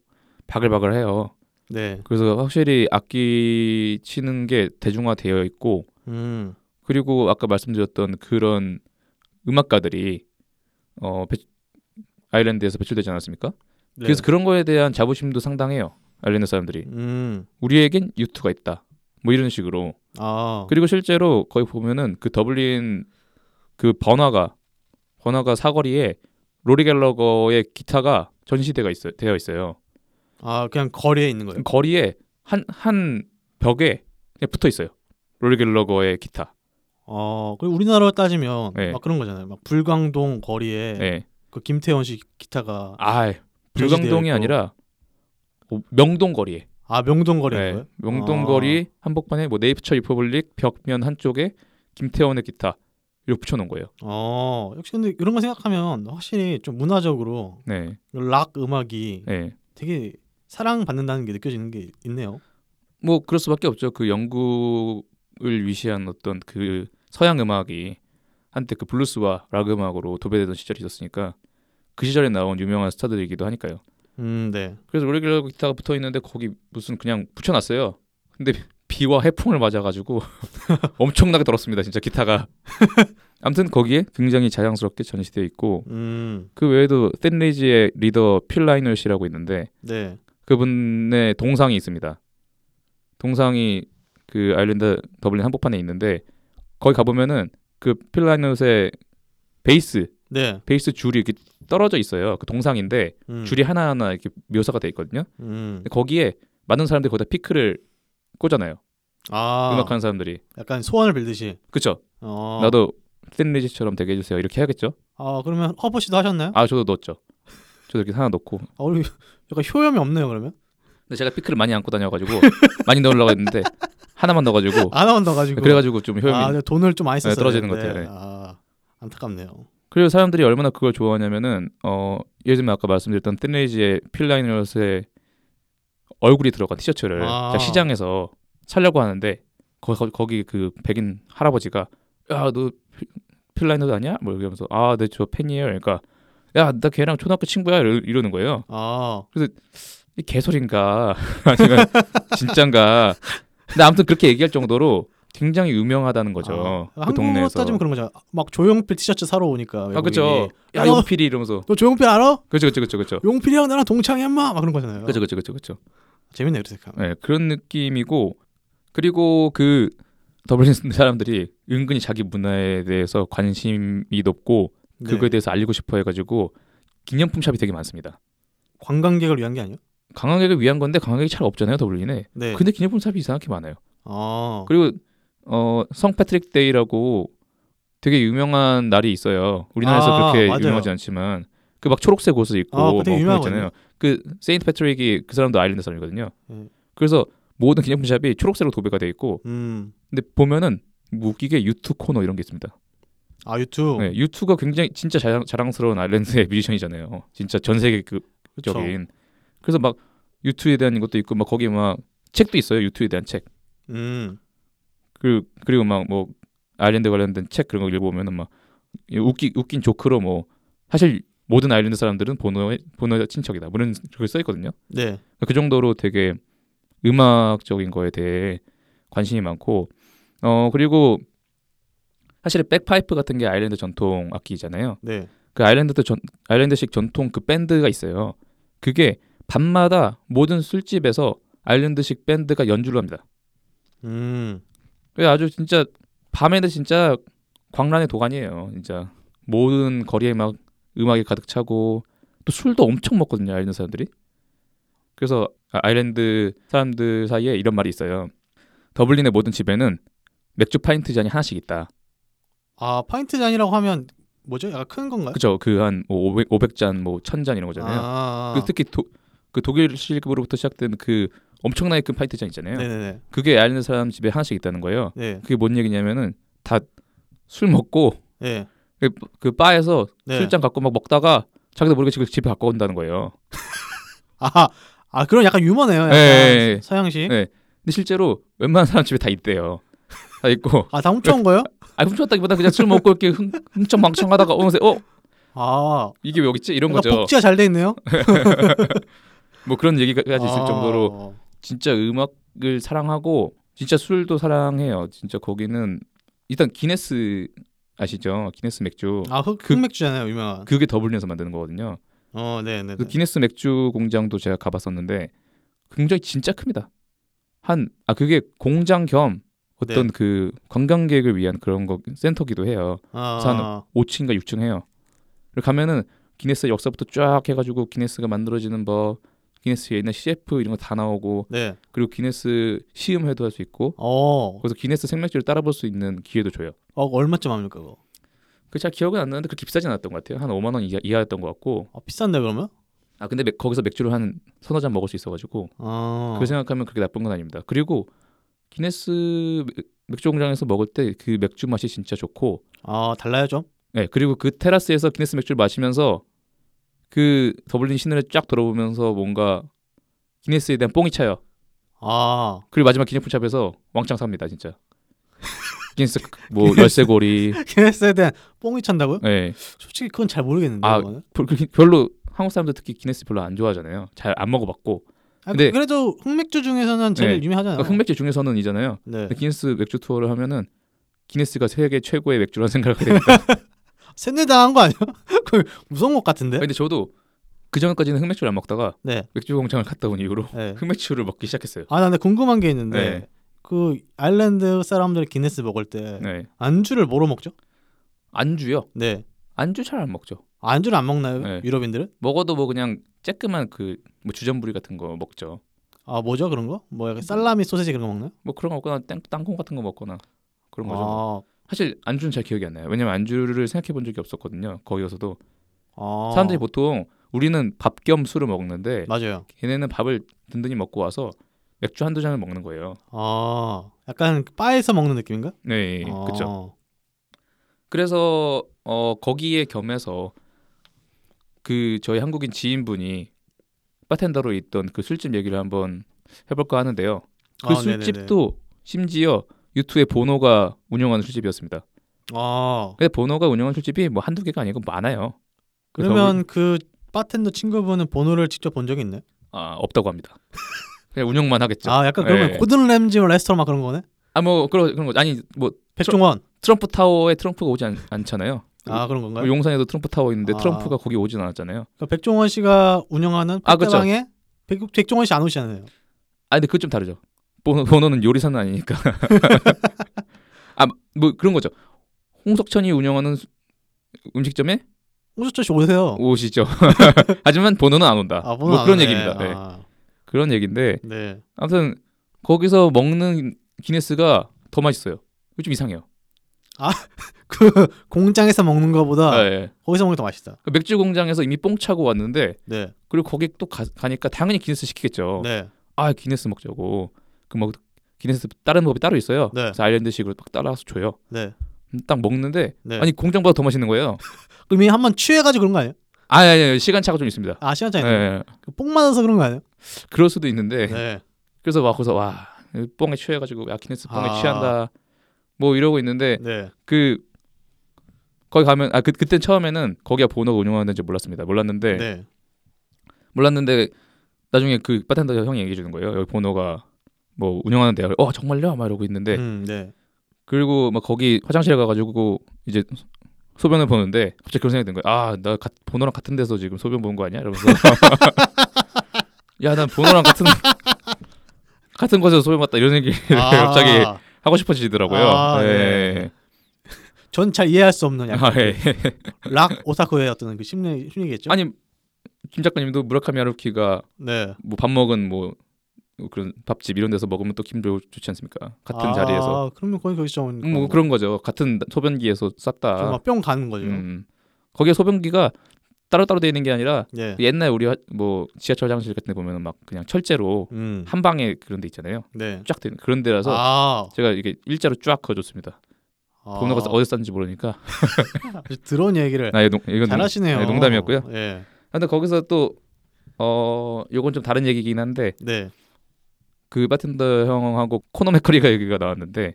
S1: 바글바글 해요.
S2: 네.
S1: 그래서 확실히 악기 치는 게 대중화되어 있고
S2: 음.
S1: 그리고 아까 말씀드렸던 그런 음악가들이 어 배- 아일랜드에서 배출되지 않았습니까?
S2: 네.
S1: 그래서 그런 거에 대한 자부심도 상당해요. 아일랜드 사람들이
S2: 음.
S1: 우리에겐 유투가 있다. 뭐 이런 식으로
S2: 아.
S1: 그리고 실제로 거기 보면은 그 더블린 그 번화가 번화가 사거리에 로리 갤러거의 기타가 전시대가 있어 되어 있어요.
S2: 아 그냥 거리에 있는 거예요.
S1: 거리에 한 한 벽에 그냥 붙어 있어요. 로리 갤러거의 기타.
S2: 어 그리고 우리나라로 따지면
S1: 네.
S2: 막 그런 거잖아요. 막 불광동 거리에
S1: 예.
S2: 그 김태원 씨 기타가
S1: 아
S2: 전시되어
S1: 불광동이
S2: 있고.
S1: 아니라 어, 명동 거리에.
S2: 아 명동 거리인
S1: 예,
S2: 거예요?
S1: 명동
S2: 아.
S1: 거리 한복판에 뭐 네이처 리퍼블릭 벽면 한쪽에 김태원의 기타 이렇게 붙여놓은 거예요.
S2: 어 역시 근데 이런 거 생각하면 확실히 좀 문화적으로
S1: 네,
S2: 락 음악이
S1: 예.
S2: 되게 사랑받는다는 게 느껴지는 게 있네요.
S1: 뭐 그럴 수밖에 없죠. 그 영국을 위시한 어떤 그 서양 음악이 한때 그 블루스와 락 음악으로 도배되던 시절이 있었으니까 그 시절에 나온 유명한 스타들이기도 하니까요.
S2: 음, 네.
S1: 그래서 로리길러 기타가 붙어 있는데 거기 무슨 그냥 붙여놨어요. 근데 비와 해풍을 맞아가지고 [laughs] 엄청나게 더럽습니다. 진짜 기타가. [laughs] 아무튼 거기에 굉장히 자랑스럽게 전시되어 있고
S2: 음,
S1: 그 외에도 샌레이지의 리더 필라이널 씨라고 있는데
S2: 네.
S1: 그분의 동상이 있습니다. 동상이 그 아일랜드 더블린 한복판에 있는데 거기 가보면은 그 필라노스의 베이스
S2: 네.
S1: 베이스 줄이 이렇게 떨어져 있어요. 그 동상인데
S2: 음,
S1: 줄이 하나하나 이렇게 묘사가 돼 있거든요.
S2: 음.
S1: 근데 거기에 많은 사람들이 거기다 피크를 꽂아놔요.
S2: 아,
S1: 음악하는 사람들이.
S2: 약간 소원을 빌듯이.
S1: 그쵸?
S2: 어.
S1: 나도 스탠리지처럼 되게 해주세요. 이렇게 해야겠죠?
S2: 아, 그러면 허브 씨도 하셨나요?
S1: 아 저도 넣었죠. 저도 이렇게 하나 넣고.
S2: 어, 우리 [laughs] 약간 효염이 없네요, 그러면.
S1: 근데 제가 피크를 많이 안고
S2: [laughs]
S1: 다녀가지고 많이 넣으려고 했는데 하나만 넣어가지고
S2: 안 나온다 가지고.
S1: 뭐. 그래가지고 좀 효용이
S2: 아, 근데 돈을 좀 많이
S1: 네,
S2: 썼어요.
S1: 떨어지는 것 같아요, 네.
S2: 아, 안타깝네요.
S1: 그리고 사람들이 얼마나 그걸 좋아하냐면은 어 예를 들면 아까 말씀드렸던 뜬레이지의 필라이너스의 얼굴이 들어간 티셔츠를
S2: 아.
S1: 제가 시장에서 살려고 하는데 거, 거, 거기 그 백인 할아버지가 야 너 필라이너스 아니야? 뭐 이러면서 아 네 저 팬이에요. 그러니까 야 나 걔랑 초등학교 친구야 이러- 이러는 거예요.
S2: 아,
S1: 이 개소린가 [laughs] 아니면 진짠가? 근데 아무튼 그렇게 얘기할 정도로 굉장히 유명하다는 거죠.
S2: 아,
S1: 그
S2: 한국으로
S1: 동네에서.
S2: 따지면 그런 거죠. 막 조용필 티셔츠 사러 오니까.
S1: 아 그죠.
S2: 외국인이.
S1: 야
S2: 어.
S1: 용필이 이러면서
S2: 너 조용필 알아?
S1: 그죠 그죠 그죠 그죠.
S2: 용필이 형 나랑 동창이야, 인마. 막 그런 거잖아요.
S1: 그죠 그죠 그죠 그죠.
S2: 재밌네, 그렇게 생각하면.
S1: 네, 그런 느낌이고 그리고 그 더블린 [laughs] 사람들이 은근히 자기 문화에 대해서 관심이 높고 그거에
S2: 네.
S1: 대해서 알리고 싶어 해가지고 기념품 샵이 되게 많습니다.
S2: 관광객을 위한 게 아니에요?
S1: 관광객을 위한 건데 관광객이 잘 없잖아요 더블린에.
S2: 네.
S1: 근데 기념품 샵이 이상하게 많아요.
S2: 아,
S1: 그리고 어, 성 패트릭 데이라고 되게 유명한 날이 있어요. 우리나라에서
S2: 아,
S1: 그렇게
S2: 맞아요.
S1: 유명하지 않지만 그 막 초록색 옷을 입고
S2: 아,
S1: 뭐
S2: 그거 되게
S1: 그런 거 있잖아요.
S2: 유명하거든요.
S1: 그 세인트 패트릭이 그 사람도 아일랜드 사람이거든요.
S2: 음.
S1: 그래서 모든 기념품 샵이 초록색으로 도배가 돼 있고
S2: 음,
S1: 근데 보면은 뭐 웃기게 유투 코너 이런 게 있습니다.
S2: 아 유튜브.
S1: 네, 유투가 굉장히 진짜 자랑, 자랑스러운 아일랜드의 [laughs] 뮤지션이잖아요. 진짜 전 세계급적인.
S2: 그쵸.
S1: 그래서 막 유투에 대한 것도 있고 막 거기 막 책도 있어요. 유투에 대한 책.
S2: 음,
S1: 그 그리고 막 뭐 아일랜드 관련된 책 그런 거 읽어보면은 막 웃기 웃긴 조크로 뭐 사실 모든 아일랜드 사람들은 보노의 보노의 친척이다. 뭐 이런 그게 써 있거든요.
S2: 네.
S1: 그 정도로 되게 음악적인 거에 대해 관심이 많고 어 그리고 사실 백파이프 같은 게 아일랜드 전통 악기잖아요.
S2: 네.
S1: 그 아일랜드도 전 아일랜드식 전통 그 밴드가 있어요. 그게 밤마다 모든 술집에서 아일랜드식 밴드가 연주를 합니다.
S2: 음.
S1: 그게 아주 진짜 밤에는 진짜 광란의 도가니에요. 진짜 모든 거리에 막 음악이 가득 차고 또 술도 엄청 먹거든요. 아일랜드 사람들이. 그래서 아- 아일랜드 사람들 사이에 이런 말이 있어요. 더블린의 모든 집에는 맥주 파인트 잔이 하나씩 있다.
S2: 아 파인트 잔이라고 하면 뭐죠? 약간 큰 건가요?
S1: 그죠? 그한 500, 500잔 뭐 1000잔 이런 거잖아요.
S2: 아,
S1: 그 특히 도, 그 독일식으로부터 시작된 그 엄청나게 큰 파인트 잔 있잖아요.
S2: 네네네.
S1: 그게 얄리는 사람 집에 하나씩 있다는 거예요.
S2: 네,
S1: 그게 뭔 얘기냐면은 다 술 먹고
S2: 네,
S1: 그, 그 바에서
S2: 네.
S1: 술잔 갖고 막 먹다가 자기도 모르게 지금 집에 갖고 온다는 거예요.
S2: 아, 아 그런 약간 유머네요. 약간
S1: 예, 예.
S2: 서양식.
S1: 예. 근데 실제로 웬만한 사람 집에 다 있대요. 다 있고 [laughs]
S2: 아, 다 훔쳐온 거예요?
S1: 아 훔쳤다기보다 그냥 술 먹고 이렇게 흥, 흥청망청하다가 어느새 어
S2: 아,
S1: 이게 왜 여기 있지 이런
S2: 약간
S1: 거죠.
S2: 복지가 잘 돼 있네요.
S1: 뭐 그런 얘기까지 있을
S2: 아.
S1: 정도로 진짜 음악을 사랑하고 진짜 술도 사랑해요. 진짜 거기는 일단 기네스 아시죠? 기네스 맥주
S2: 아, 흑,
S1: 그-
S2: 흑맥주잖아요, 유명한.
S1: 그게 더블린에서 만드는 거거든요.
S2: 어, 네, 네.
S1: 그 기네스 맥주 공장도 제가 가봤었는데 굉장히 진짜 큽니다. 한 아 그게 공장 겸 어떤 그 관광객을 위한 그런 거 센터기도 해요.
S2: 아,
S1: 산업. 5층인가 6층 해요. 그리고 가면은 기네스 역사부터 쫙 해가지고 기네스가 만들어지는 법, 기네스 옛날 CF 이런 거 다 나오고
S2: 네.
S1: 그리고 기네스 시음회도 할 수 있고
S2: 어,
S1: 거기서 기네스 생맥주를 따라볼 수 있는 기회도 줘요.
S2: 어 얼마쯤 합니까 그거?
S1: 그 잘 기억은 안 나는데 그렇게 비싸진 않았던 것 같아요. 한 5만 원 이하, 이하였던 것 같고
S2: 아, 비싼데 그러면?
S1: 아 근데 맥- 거기서 맥주를 한 서너 잔 먹을 수 있어가지고
S2: 아,
S1: 그 생각하면 그렇게 나쁜 건 아닙니다. 그리고 기네스 맥- 맥주 공장에서 먹을 때 그 맥주 맛이 진짜 좋고
S2: 아 달라요 좀?
S1: 네, 그리고 그 테라스에서 기네스 맥주를 마시면서 그 더블린 시내를 쫙 돌아보면서 뭔가 기네스에 대한 뽕이 차요.
S2: 아,
S1: 그리고 마지막 기념품샵에서 왕창 삽니다, 진짜. 기네스 뭐 열쇠고리.
S2: 기네스에 대한 뽕이 찬다고요?
S1: 예.
S2: 솔직히 그건 잘 모르겠는데.
S1: 아,
S2: 그거는.
S1: 별- 그- 별로 한국 사람들 특히 기네스 별로 안 좋아하잖아요. 잘 안 먹어봤고.
S2: 아,
S1: 근데-
S2: 그래도 흑맥주 중에서는 제일
S1: 네.
S2: 유명하잖아요.
S1: 그러니까 흑맥주 중에서는 이잖아요.
S2: 어. 네.
S1: 근데 기네스 맥주 투어를 하면은 기네스가 세계 최고의 맥주라는 생각을 하게 됩니다.
S2: 샌드당한 거 아니야? [laughs] 그 무서운 것 같은데.
S1: 근데 저도 그 전까지는 흑맥주를 안 먹다가
S2: 네.
S1: 맥주 공장을 갔다 온 이후로
S2: 네.
S1: 흑맥주를 먹기 시작했어요.
S2: 아, 나 근데 궁금한 게 있는데
S1: 네.
S2: 그 아일랜드 사람들 기네스 먹을 때
S1: 네.
S2: 안주를 뭐로 먹죠?
S1: 안주요.
S2: 네.
S1: 안주 잘 안 먹죠.
S2: 안주를 안 먹나요?
S1: 네.
S2: 유럽인들은?
S1: 먹어도 뭐 그냥 쬐끄만 그뭐 주전부리 같은 거 먹죠.
S2: 아, 뭐죠 그런 거? 뭐
S1: 음.
S2: 약간 살라미 소세지 그런 거 먹나요?
S1: 뭐 그런 거 먹거나 땡, 땅콩 같은 거 먹거나 그런 거죠.
S2: 아,
S1: 사실 안주는 잘 기억이 안 나요. 왜냐면 안주를 생각해 본 적이 없었거든요. 거기서도
S2: 아.
S1: 사람들이 보통 우리는 밥 겸 술을 먹는데
S2: 맞아요.
S1: 걔네는 밥을 든든히 먹고 와서 맥주 한두 잔을 먹는 거예요.
S2: 아, 약간 바에서 먹는 느낌인가?
S1: 네,
S2: 아.
S1: 그렇죠. 그래서 어, 거기에 겸해서 그 저희 한국인 지인분이 바텐더로 있던 그 술집 얘기를 한번 해볼까 하는데요. 그
S2: 아, 네네네.
S1: 술집도 심지어 유튜의 보노가 운영하는 술집이었습니다.
S2: 아,
S1: 근데 보노가 운영하는 술집이 뭐 한두 개가 아니고 많아요. 그래서
S2: 그러면 그 바텐더 친구분은 번호를 직접 본 적이 있나요?
S1: 아, 없다고 합니다. 그냥 운영만 하겠죠.
S2: 아, 약간 그러면
S1: 예.
S2: 고든 램지 레스토랑 막 그런 거네?
S1: 아, 뭐 그런 그런 거 아니 뭐
S2: 백종원.
S1: 트럼프 타워에 트럼프가 오지 않, 않잖아요. 뭐
S2: 아, 그런 건가요?
S1: 음. 용산에도 트럼프 타워 있는데
S2: 아.
S1: 트럼프가 거기 오진 않았잖아요.
S2: 그러니까 백종원 씨가 운영하는
S1: 아, 그쵸.
S2: 팟빵에 백, 백종원 씨 안 오시잖아요.
S1: 아, 근데 그건 좀 다르죠. 보노, 보노는 요리사는
S2: [laughs]
S1: 아니니까. 아, 뭐 그런 거죠. 홍석천이 운영하는 수- 음식점에
S2: 홍수철 씨 오세요. [laughs]
S1: 오시죠. 하지만 보노는 안 온다.
S2: 어. 아, 번호
S1: 뭐
S2: 안
S1: 그런
S2: 오네.
S1: 얘기입니다. 네.
S2: 아,
S1: 그런 얘기인데
S2: 네.
S1: 아무튼 거기서 먹는 기네스가 더 맛있어요. 이거 좀 이상해요.
S2: 그 [laughs] 공장에서 먹는 거보다
S1: 아, 예.
S2: 거기서 먹는 게 더 맛있다.
S1: 그 맥주 공장에서 이미 뽕 차고 왔는데
S2: 네.
S1: 그리고 거기 또 가, 니까 당연히 기네스 시키겠죠.
S2: 네.
S1: 아 기네스 먹자고 그 뭐 기네스 다른 법이 따로 있어요.
S2: 네.
S1: 그래서 아일랜드식으로 막 따라서 줘요.
S2: 네.
S1: 음, 딱 먹는데
S2: 네.
S1: 아니 공장보다 더 맛있는 거예요.
S2: 그럼 이 한번 취해 가지고 그런 거 아니에요?
S1: 아 아니, 아니, 시간 차가 좀 있습니다.
S2: 아, 시간 차이. 네.
S1: 예,
S2: 그뽕 맞아서 그런 거 아니에요?
S1: 그럴 수도 있는데
S2: 네.
S1: 그래서 막 거기서 와 뽕에 취해가지고 야 기네스 뽕에
S2: 아.
S1: 취한다 뭐 이러고 있는데
S2: 네.
S1: 그 거기 가면 아 그 그때 처음에는 거기가 보너가 운영하는지 몰랐습니다. 몰랐는데
S2: 네.
S1: 몰랐는데 나중에 그 바텐더 형이 얘기해 주는 거예요. 여기 보너가 뭐 운영하는 데요. 어 정말요? 막 이러고 있는데
S2: 음,
S1: [laughs]
S2: 네.
S1: 그리고 막 거기 화장실에 가가지고 이제 소변을 보는데 갑자기 그런 생각이 든 거예요. 아나 보너랑 같은 데서 지금 소변 보는 거 아니야? 이러면서 [laughs] 야 난 보너랑 같은 같은 곳에서 소변 봤다 이런 얘기를 [laughs] 갑자기 하고 싶어지더라고요.
S2: 아,
S1: 예.
S2: 네. 전잘 이해할 수 없는
S1: [laughs]
S2: 약간
S1: 아, 예.
S2: 락 오사쿠의 어떤 그 심리
S1: [laughs]
S2: 심리겠죠?
S1: 아니 김 작가님도 무라카미 하루키가
S2: 네.
S1: 뭐 밥 먹은 뭐 그런 밥집 이런 데서 먹으면 또 기분 좋- 좋지 않습니까? 같은 자리에서.
S2: 아, 그러면 거기 거기 좀. 어,
S1: 음, 뭐 그런 거죠. 같은 소변기에서 쌌다.
S2: 막뿅 가는 거죠.
S1: 음. 거기에 소변기가 따로따로 돼 있는 게 아니라
S2: 예.
S1: 옛날 우리 화- 뭐 지하철 화장실 같은 데 보면은 막 그냥 철제로
S2: 음.
S1: 한 방에 그런 데 있잖아요.
S2: 네.
S1: 쫙 되는 그런 데라서
S2: 아.
S1: 제가 이게 일자로 쫙 그어줬습니다.
S2: 아.
S1: 번호가 어디서 쌌는지 모르니까.
S2: 드론 얘기를
S1: 나 이거 농- 이건 농-
S2: 네. 잘하시네요.
S1: 네, 농담이었고요.
S2: 예.
S1: 근데 거기서 또 어, 요건 좀 다른 얘기긴 한데
S2: 네.
S1: 그 바텐더 형하고 코너 맥커리가 얘기가 나왔는데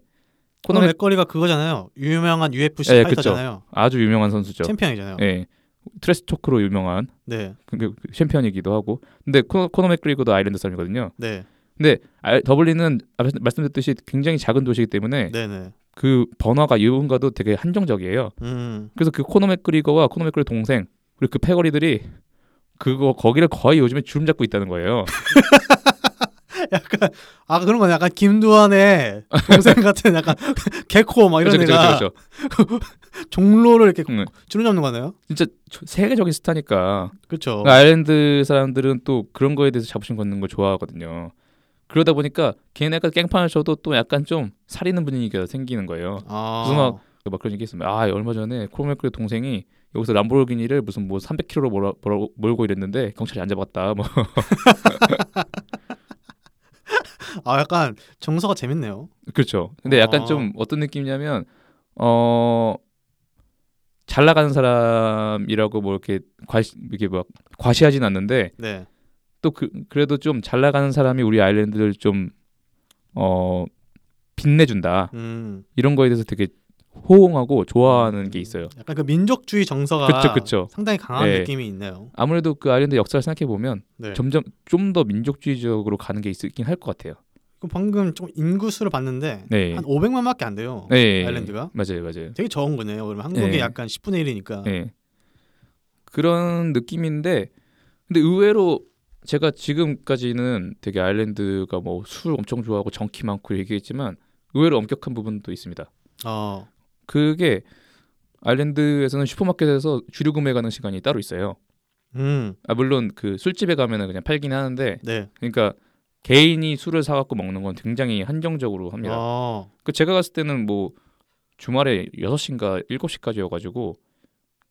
S1: 코너
S2: 코너
S1: 맥
S2: 맥거리가 그거잖아요. 유명한 UFC
S1: 예,
S2: 파이터잖아요.
S1: 아주 유명한 선수죠.
S2: 챔피언이잖아요.
S1: 예. 트레스 토크로 유명한
S2: 네.
S1: 그- 그- 그 챔피언이기도 하고. 근데 코너, 코너 맥그리고도 아일랜드 사람이거든요.
S2: 네.
S1: 근데 알- 더블린은 앞에서 말씀드렸듯이 굉장히 작은 도시이기 때문에
S2: 네, 네.
S1: 그 번화가 유흥가도 되게 한정적이에요.
S2: 음. [laughs]
S1: 그래서 그 코너 맥그리거와 코너 맥그리 동생 그리고 그 패거리들이 그거 거기를 거의 요즘에 주름 잡고 있다는 거예요.
S2: 아, 그런 건 약간 김두한의
S1: [laughs]
S2: 동생 같은 약간 [laughs] 개코 막 아, 이런
S1: 그렇죠, 그쵸, 그쵸,
S2: 애가
S1: 그쵸, 그쵸.
S2: 종로를 이렇게
S1: 음.
S2: 주름 잡는 거네요.
S1: 진짜 저- 세계적인 스타니까
S2: 그렇죠.
S1: 그러니까 아일랜드 사람들은 또 그런 거에 대해서 자부심 갖는 걸 좋아하거든요. 그러다 보니까 걔네가 깽판을 쳐도 또 약간 좀 사리는 분위기가 생기는 거예요.
S2: 아.
S1: 무슨 막- 막 그런 얘기 있으면 아 얼마 전에 코로맥크의 동생이 여기서 람보르기니를 무슨 뭐 300km로 몰아, 몰아, 몰고 이랬는데 경찰이 안 잡았다. 뭐 [laughs]
S2: 아, 약간 정서가 재밌네요.
S1: 그렇죠. 근데 약간
S2: 아.
S1: 좀 어떤 느낌이냐면 어. 잘 나가는 사람이라고 뭐 이렇게 과시 이게 막 과시하진 않는데
S2: 네.
S1: 또 그, 그래도 좀 잘 나가는 사람이 우리 아일랜드를 좀 어, 빛내준다
S2: 음.
S1: 이런 거에 대해서 되게 호응하고 좋아하는 게 있어요.
S2: 약간 그 민족주의 정서가
S1: 그쵸, 그쵸.
S2: 상당히 강한
S1: 예.
S2: 느낌이 있네요.
S1: 아무래도 그 아일랜드 역사를 생각해 보면
S2: 네.
S1: 점점 좀 더 민족주의적으로 가는 게 있긴 할 것 같아요.
S2: 그 방금 좀 인구수를 봤는데
S1: 네,
S2: 한 500만밖에 안 돼요.
S1: 네,
S2: 아, 아일랜드가?
S1: 맞아요, 맞아요.
S2: 되게 적은 거네요. 그러면 한국이
S1: 네.
S2: 약간 10분의 1이니까.
S1: 네. 그런 느낌인데 근데 의외로 제가 지금까지는 되게 아일랜드가 뭐 술 엄청 좋아하고 정키 많고 얘기했지만 의외로 엄격한 부분도 있습니다.
S2: 어.
S1: 그게 아일랜드에서는 슈퍼마켓에서 주류 구매가능 시간이 따로 있어요.
S2: 음.
S1: 아 물론 그 술집에 가면은 그냥 팔긴 하는데
S2: 네.
S1: 그러니까 개인이 술을 사갖고 먹는 건 굉장히 한정적으로 합니다.
S2: 어.
S1: 그 제가 갔을 때는 뭐 주말에 6시인가 7시까지여가지고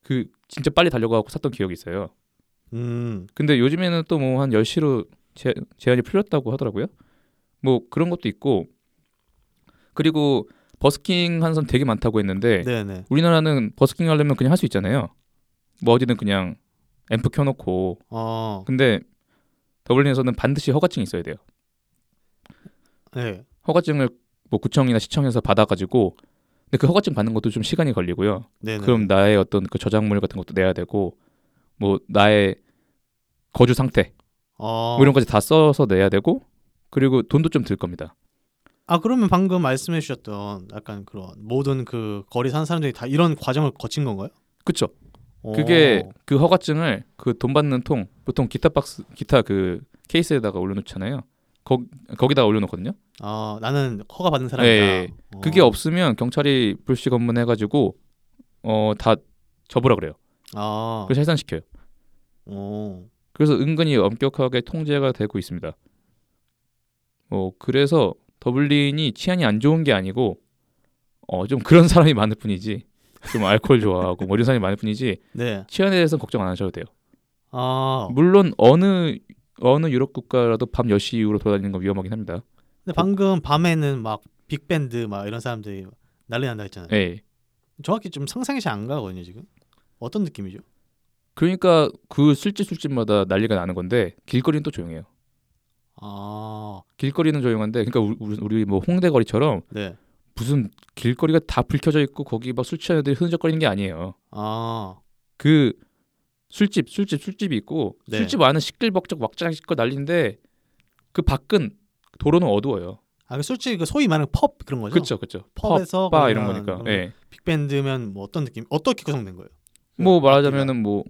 S1: 그 진짜 빨리 달려가고 샀던 기억이 있어요.
S2: 음.
S1: 근데 요즘에는 또 뭐 한 10시로 제, 제한이 풀렸다고 하더라고요. 뭐 그런 것도 있고 그리고 버스킹 하는 사람 되게 많다고 했는데
S2: 네, 네.
S1: 우리나라는 버스킹 하려면 그냥 할 수 있잖아요. 뭐 어디든 그냥 앰프 켜놓고.
S2: 어.
S1: 근데 더블린에서는 반드시 허가증이 있어야 돼요.
S2: 네.
S1: 허가증을 뭐 구청이나 시청에서 받아가지고 근데 그 허가증 받는 것도 좀 시간이 걸리고요.
S2: 네, 네.
S1: 그럼 나의 어떤 그 저작물 같은 것도 내야 되고 뭐 나의 거주 상태
S2: 어.
S1: 뭐 이런 것까지 다 써서 내야 되고 그리고 돈도 좀 들 겁니다.
S2: 아 그러면 방금 말씀해 주셨던 약간 그런 모든 그 거리 사는 사람들이 다 이런 과정을 거친 건가요?
S1: 그쵸?
S2: 오.
S1: 그게 그 허가증을 그 돈 받는 통 보통 기타 박스 기타 그 케이스에다가 올려놓잖아요. 거, 거기다가 올려놓거든요.
S2: 아 나는 허가 받은 사람이다.
S1: 예,
S2: 어.
S1: 그게 없으면 경찰이 불시 검문해가지고 어 다 접으라 그래요.
S2: 아.
S1: 그래서 해산시켜요.
S2: 어.
S1: 그래서 은근히 엄격하게 통제가 되고 있습니다. 어 그래서 더블린이 치안이 안 좋은 게 아니고 어 좀 그런 [laughs] 사람이 많을 뿐이지 좀 알코올 좋아하고 뭐 이런 사람이 많을 뿐이지
S2: 네.
S1: 치안에 대해서는 걱정 안 하셔도 돼요.
S2: 아.
S1: 물론 어느 어느 유럽 국가라도 밤 10시 이후로 돌아다니는 건 위험하긴 합니다.
S2: 근데 방금 밤에는 막 빅밴드 막 이런 사람들이 난리 난다 했잖아요.
S1: 예.
S2: 정확히 좀 상상이 잘 안 가거든요 지금. 어떤 느낌이죠?
S1: 그러니까 그 술집 술집마다 난리가 나는 건데 길거리는 또 조용해요.
S2: 아.
S1: 길거리는 조용한데 그러니까 우- 우리, 우리 뭐 홍대 거리처럼
S2: 네.
S1: 무슨 길거리가 다 불켜져 있고 거기 막 술 취한 애들이 흔적거리는 게 아니에요.
S2: 아.
S1: 그 술집 술집 술집이 있고
S2: 네.
S1: 술집 안은 시끌벅적 왁자지껄 난리인데 그 밖은 도로는 어두워요.
S2: 아, 그 솔직히 그 소위 말하는 펍 그런 거죠?
S1: 그렇죠, 그렇죠.
S2: 펍에서
S1: 바 이런
S2: 그러면
S1: 거니까.
S2: 그러면
S1: 예.
S2: 빅밴드면 뭐 어떤 느낌? 어떻게 구성된 거예요?
S1: 뭐
S2: 그 악기가.
S1: 말하자면은 뭐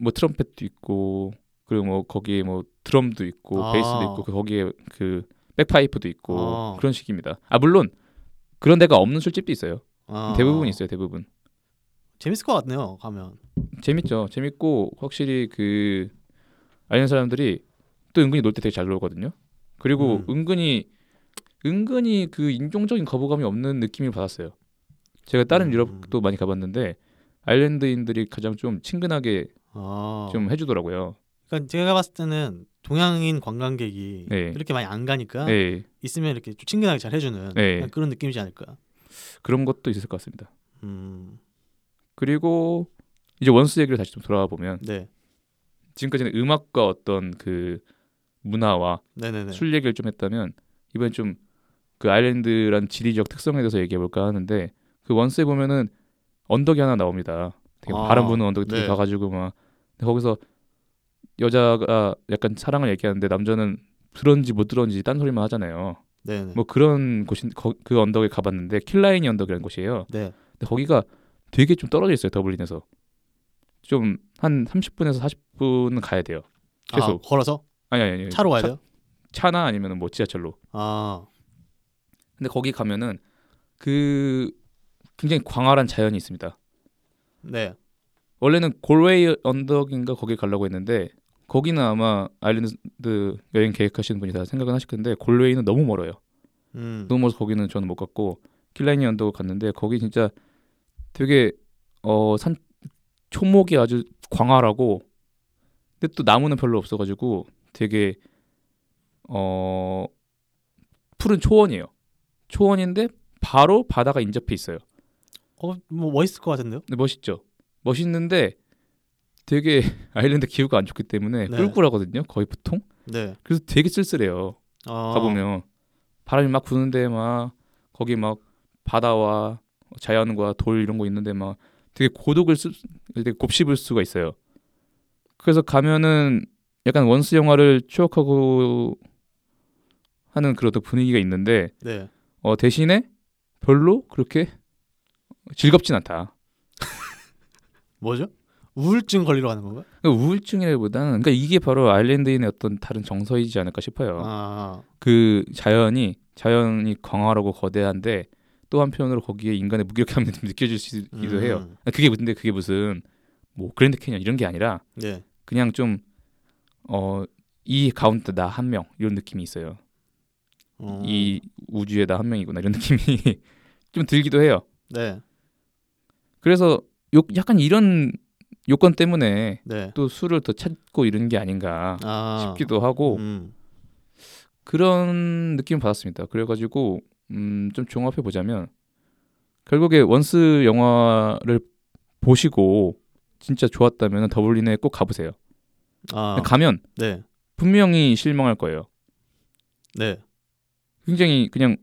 S1: 뭐 트럼펫도 있고 그리고 뭐 거기에 뭐 드럼도 있고
S2: 아.
S1: 베이스도 있고 그 거기에 그 백파이프도 있고
S2: 아.
S1: 그런 식입니다. 아 물론 그런 데가 없는 술집도 있어요.
S2: 아.
S1: 대부분 있어요, 대부분.
S2: 재밌을 것 같네요. 가면.
S1: 재밌죠. 재밌고 확실히 그 아는 사람들이 또 은근히 놀 때 되게 잘 놀거든요. 그리고
S2: 음.
S1: 은근히 은근히 그 인종적인 거부감이 없는 느낌을 받았어요. 제가 다른
S2: 음.
S1: 유럽도 많이 가봤는데 아일랜드인들이 가장 좀 친근하게
S2: 어.
S3: 아.
S1: 좀 해주더라고요.
S3: 그러니까 제가 봤을 때는 동양인 관광객이
S1: 네.
S3: 이렇게 많이 안 가니까
S2: 아.
S1: 예,
S3: 있으면 이렇게 좀 친근하게 잘 해주는
S1: 네.
S3: 그냥 그런 느낌이지 않을까.
S1: 그런 것도 있을 것 같습니다.
S3: 음,
S1: 그리고 이제 원스 얘기를 다시 좀 돌아와 보면
S3: 네,
S1: 지금까지는 음악과 어떤 그 문화와
S3: 네, 네, 네.
S1: 술 얘기를 좀 했다면 이번엔 좀 그 아일랜드란 지리적 특성에 대해서 얘기해 볼까 하는데 그 원스에 보면은 언덕이 하나 나옵니다. 되게
S3: 아,
S1: 바람 부는 언덕 되게
S3: 네.
S1: 가가지고 막 근데 거기서 여자가 약간 사랑을 얘기하는데 남자는 들었는지 못 들었는지 딴 소리만 하잖아요.
S3: 네, 네.
S1: 뭐 그런 곳인 거- 그 언덕에 가봤는데 킬라이니 언덕이라는 곳이에요.
S3: 네.
S1: 근데 거기가 되게 좀 떨어져 있어요 더블린에서 좀 한 30분에서 40분은 가야 돼요.
S3: 아,
S1: 계속
S3: 걸어서
S1: 아니 아니, 아니
S3: 차로 가야
S1: 차-
S3: 돼요?
S1: 차나 아니면 뭐 지하철로.
S3: 아,
S1: 근데 거기 가면은 그 굉장히 광활한 자연이 있습니다.
S3: 네.
S1: 원래는 골웨이 언덕인가 거기 가려고 했는데 거기는 아마 아일랜드 여행 계획하시는 분이 다 생각은 하실 텐데 골웨이는 너무 멀어요.
S3: 음,
S1: 너무 멀어서 거기는 저는 못 갔고 킬라이니 언덕을 갔는데 거기 진짜 되게 어 산 초목이 아주 광활하고 근데 또 나무는 별로 없어가지고 되게 어 푸른 초원이에요. 초원인데 바로 바다가 인접해 있어요.
S3: 어, 뭐 멋있을 것 같은데요?
S1: 근데 멋있죠. 멋있는데 되게 [laughs] 아일랜드 기후가 안 좋기 때문에
S3: 네.
S1: 꿀꿀하거든요. 거의 보통.
S3: 네.
S1: 그래서 되게 쓸쓸해요.
S3: 아,
S1: 가보면 바람이 막 부는데 막 거기 막 바다와 자연과 돌 이런 거 있는데 막 되게 고독을 쓰, 되게 곱씹을 수가 있어요. 그래서 가면은 약간 원스 영화를 추억하고 하는 그런 어떤 분위기가 있는데
S3: 네.
S1: 어, 대신에 별로 그렇게 즐겁진 않다.
S3: 뭐죠? 우울증 걸리러 가는 건가?
S1: 그러니까 우울증이라기보다는 그러니까 이게 바로 아일랜드인의 어떤 다른 정서이지 않을까 싶어요.
S3: 아,
S1: 그 자연이 자연이 광활하고 거대한데 또 한편으로 거기에 인간의 무기력함이 좀 느껴질 수 있기도
S3: 음,
S1: 해요. 그게 근데 그게 무슨 뭐 그랜드 캐년 이런 게 아니라
S3: 네.
S1: 그냥 좀 어 이 가운데 나 한 명 이런 느낌이 있어요.
S3: 어,
S1: 이 우주에 나 한 명이구나 이런 느낌이 [laughs] 좀 들기도 해요.
S3: 네,
S1: 그래서 요, 약간 이런 요건 때문에
S3: 네.
S1: 또 술을 더 찾고 이런 게 아닌가
S3: 아,
S1: 싶기도 하고
S3: 음,
S1: 그런 느낌 받았습니다. 그래가지고 음, 좀 종합해 보자면 결국에 원스 영화를 보시고 진짜 좋았다면 더블린에 꼭 가보세요.
S3: 아,
S1: 가면
S3: 네,
S1: 분명히 실망할 거예요.
S3: 네,
S1: 굉장히 그냥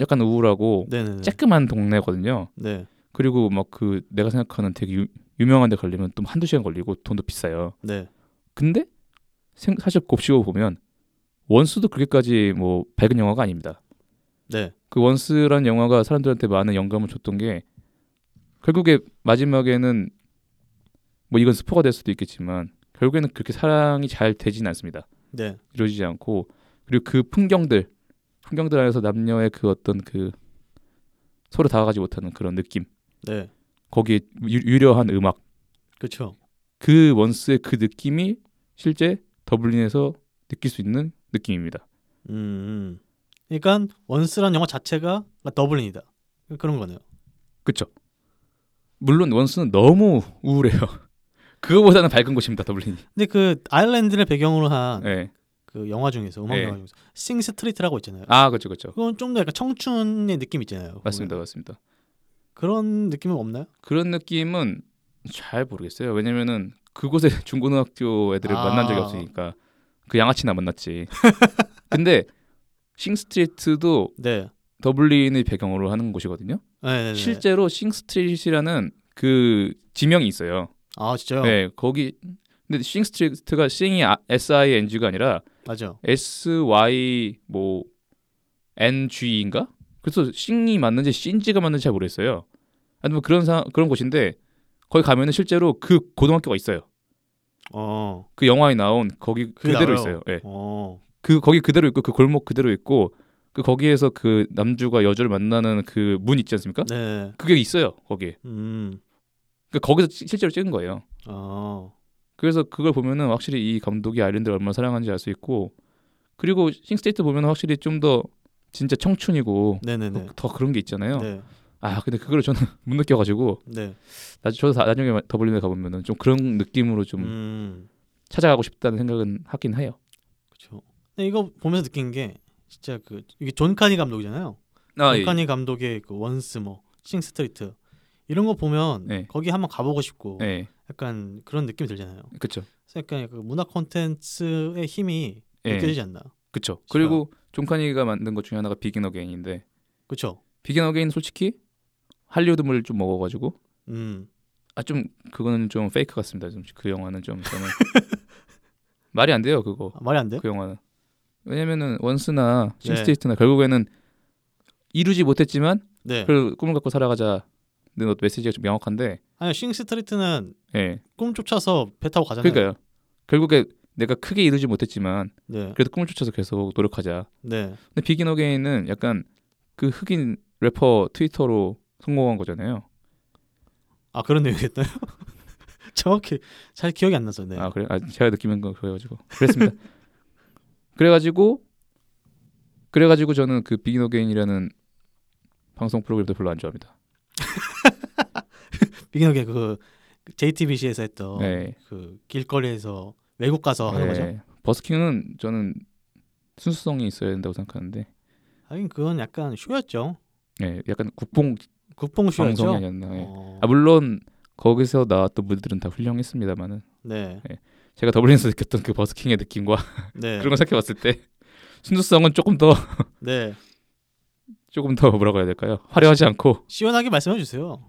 S1: 약간 우울하고
S3: 네, 네, 네.
S1: 쬐끄만 동네거든요.
S3: 네,
S1: 그리고 막 그 내가 생각하는 되게 유, 유명한 데 가려면 또 한두 시간 걸리고 돈도 비싸요.
S3: 네.
S1: 근데 생- 사실 곱씹어 보면 원스도 그렇게까지 뭐 밝은 영화가 아닙니다.
S3: 네.
S1: 그 원스란 영화가 사람들한테 많은 영감을 줬던 게 결국에 마지막에는 뭐 이건 스포가 될 수도 있겠지만 결국에는 그렇게 사랑이 잘 되진 않습니다.
S3: 네.
S1: 이루어지지 않고 그리고 그 풍경들 풍경들 안에서 남녀의 그 어떤 그 서로 다가가지 못하는 그런 느낌
S3: 네.
S1: 거기에 유- 유려한 음악
S3: 그렇죠.
S1: 그 원스의 그 느낌이 실제 더블린에서 느낄 수 있는 느낌입니다.
S3: 음. 음. 그러니까 원스란 영화 자체가 더블린이다. 그런 거네요.
S1: 그쵸? 물론 원스는 너무 우울해요. [laughs] 그거보다는 밝은 곳입니다 더블린이.
S3: 근데 그 아일랜드를 배경으로 한 그
S1: 네.
S3: 영화 중에서 음악
S1: 네.
S3: 영화 중에서 싱 스트리트라고 있잖아요.
S1: 아, 그렇죠, 그렇죠.
S3: 그건 좀 더 약간 청춘의 느낌 있잖아요.
S1: 맞습니다,
S3: 보면.
S1: 맞습니다.
S3: 그런 느낌은 없나요?
S1: 그런 느낌은 잘 모르겠어요. 왜냐면은 그곳에 [laughs] 중고등학교 애들을
S3: 아.
S1: 만난 적이 없으니까 그 양아치나 만났지. 근데 싱스트리트도
S3: 네.
S1: 더블린의 배경으로 하는 곳이거든요.
S3: 네, 네, 네.
S1: 실제로 싱스트리트라는 그 지명이 있어요.
S3: 아 진짜요?
S1: 네, 거기 근데 싱스트리트가 싱이 S I N G가 아니라
S3: 맞아요.
S1: S Y 뭐 N G인가? 그래서 싱이 맞는지 신지가 맞는지 잘 모르겠어요. 아니 뭐 그런 사, 그런 곳인데 거기 가면은 실제로 그 고등학교가 있어요.
S3: 어.
S1: 그 영화에 나온 거기
S3: 그게 나와요?
S1: 그대로 있어요. 예.
S3: 어.
S1: 그 거기 그대로 있고 그 골목 그대로 있고 그 거기에서 그 남주가 여주를 만나는 그 문 있지 않습니까?
S3: 네.
S1: 그게 있어요. 거기에.
S3: 음.
S1: 그 거기서 시- 실제로 찍은 거예요.
S3: 어.
S1: 그래서 그걸 보면은 확실히 이 감독이 아일랜드를 얼마나 사랑하는지 알 수 있고 그리고 싱스테이트 보면 확실히 좀 더 진짜 청춘이고
S2: 네네네.
S1: 더 그런 게 있잖아요.
S2: 네.
S1: 아 근데 그걸 저는 [laughs] 못 느껴가지고
S2: 네.
S1: 나 저도 다- 나중에 더블린에 가보면은 좀 그런 느낌으로 좀
S2: 음.
S1: 찾아가고 싶다는 생각은 하긴 해요.
S2: 그렇죠. 근데 이거 보면서 느낀 게 진짜 그 이게 존 카니 감독이잖아요.
S1: 예.
S2: 존 카니 감독의 그 원스 뭐 싱스트리트 이런 거 보면
S1: 네.
S2: 거기 한번 가보고 싶고
S1: 예,
S2: 약간 그런 느낌이 들잖아요.
S1: 그렇죠,
S2: 그래서 약간 그 문화 콘텐츠의 힘이
S1: 예,
S2: 느껴지지 않나.
S1: 그렇죠. 그리고 존 카니가 만든 것 중에 하나가 비긴 어게인인데
S2: 그렇죠.
S1: 비긴 어게인 솔직히 할리우드물 좀 먹어가지고
S2: 음.
S1: 아 좀 그거는 좀 페이크 같습니다. 좀 그 영화는 좀
S2: [laughs]
S1: 저는 말이 안 돼요 그거.
S2: 아, 말이 안 돼요? 네.
S1: 그 영화는 왜냐면은 원스나 싱스테이트나 결국에는 이루지 못했지만
S2: 네.
S1: 그 꿈을 갖고 살아가자는 어떤 메시지가 좀 명확한데
S2: 아니 싱스트리트는
S1: 예
S2: 꿈 쫓아서 배 타고 가잖아요.
S1: 그러니까요 결국에 내가 크게 이루지 못했지만
S2: 네.
S1: 그래도 꿈을 쫓아서 계속 노력하자
S2: 네.
S1: 근데 비긴 어게인은 약간 그 흑인 래퍼 트위터로 성공한 거잖아요
S2: 아 그런 내용이겠나요? [laughs] 정확히 잘 기억이 안 나서. 네.
S1: 아 그래 아 제가 느끼는 건 그래가지고 그랬습니다 [laughs] 그래가지고 그래가지고 저는 그 비긴 어게인이라는 방송 프로그램도 별로 안 좋아합니다
S2: 비긴하게 그 JTBC에서 했던
S1: 네.
S2: 그 길거리에서 외국 가서 아, 하는 거죠.
S1: 예. 버스킹은 저는 순수성이 있어야 된다고 생각하는데
S2: 하긴 그건 약간 쇼였죠.
S1: 예, 약간 국뽕
S2: 국뽕
S1: 방송이
S2: 쇼였죠.
S1: 아니었나 예.
S2: 어,
S1: 아 물론 거기서 나왔던 무대들은 다 훌륭했습니다만은
S2: 네.
S1: 제가 더블린에서 느꼈던 그 버스킹의 느낌과
S2: 네.
S1: 그런 걸 생각해봤을 때 [laughs] 순수성은 조금 더
S2: 네.
S1: 조금 더 뭐라고 해야 될까요 화려하지 않고
S2: 시원하게 말씀해 주세요.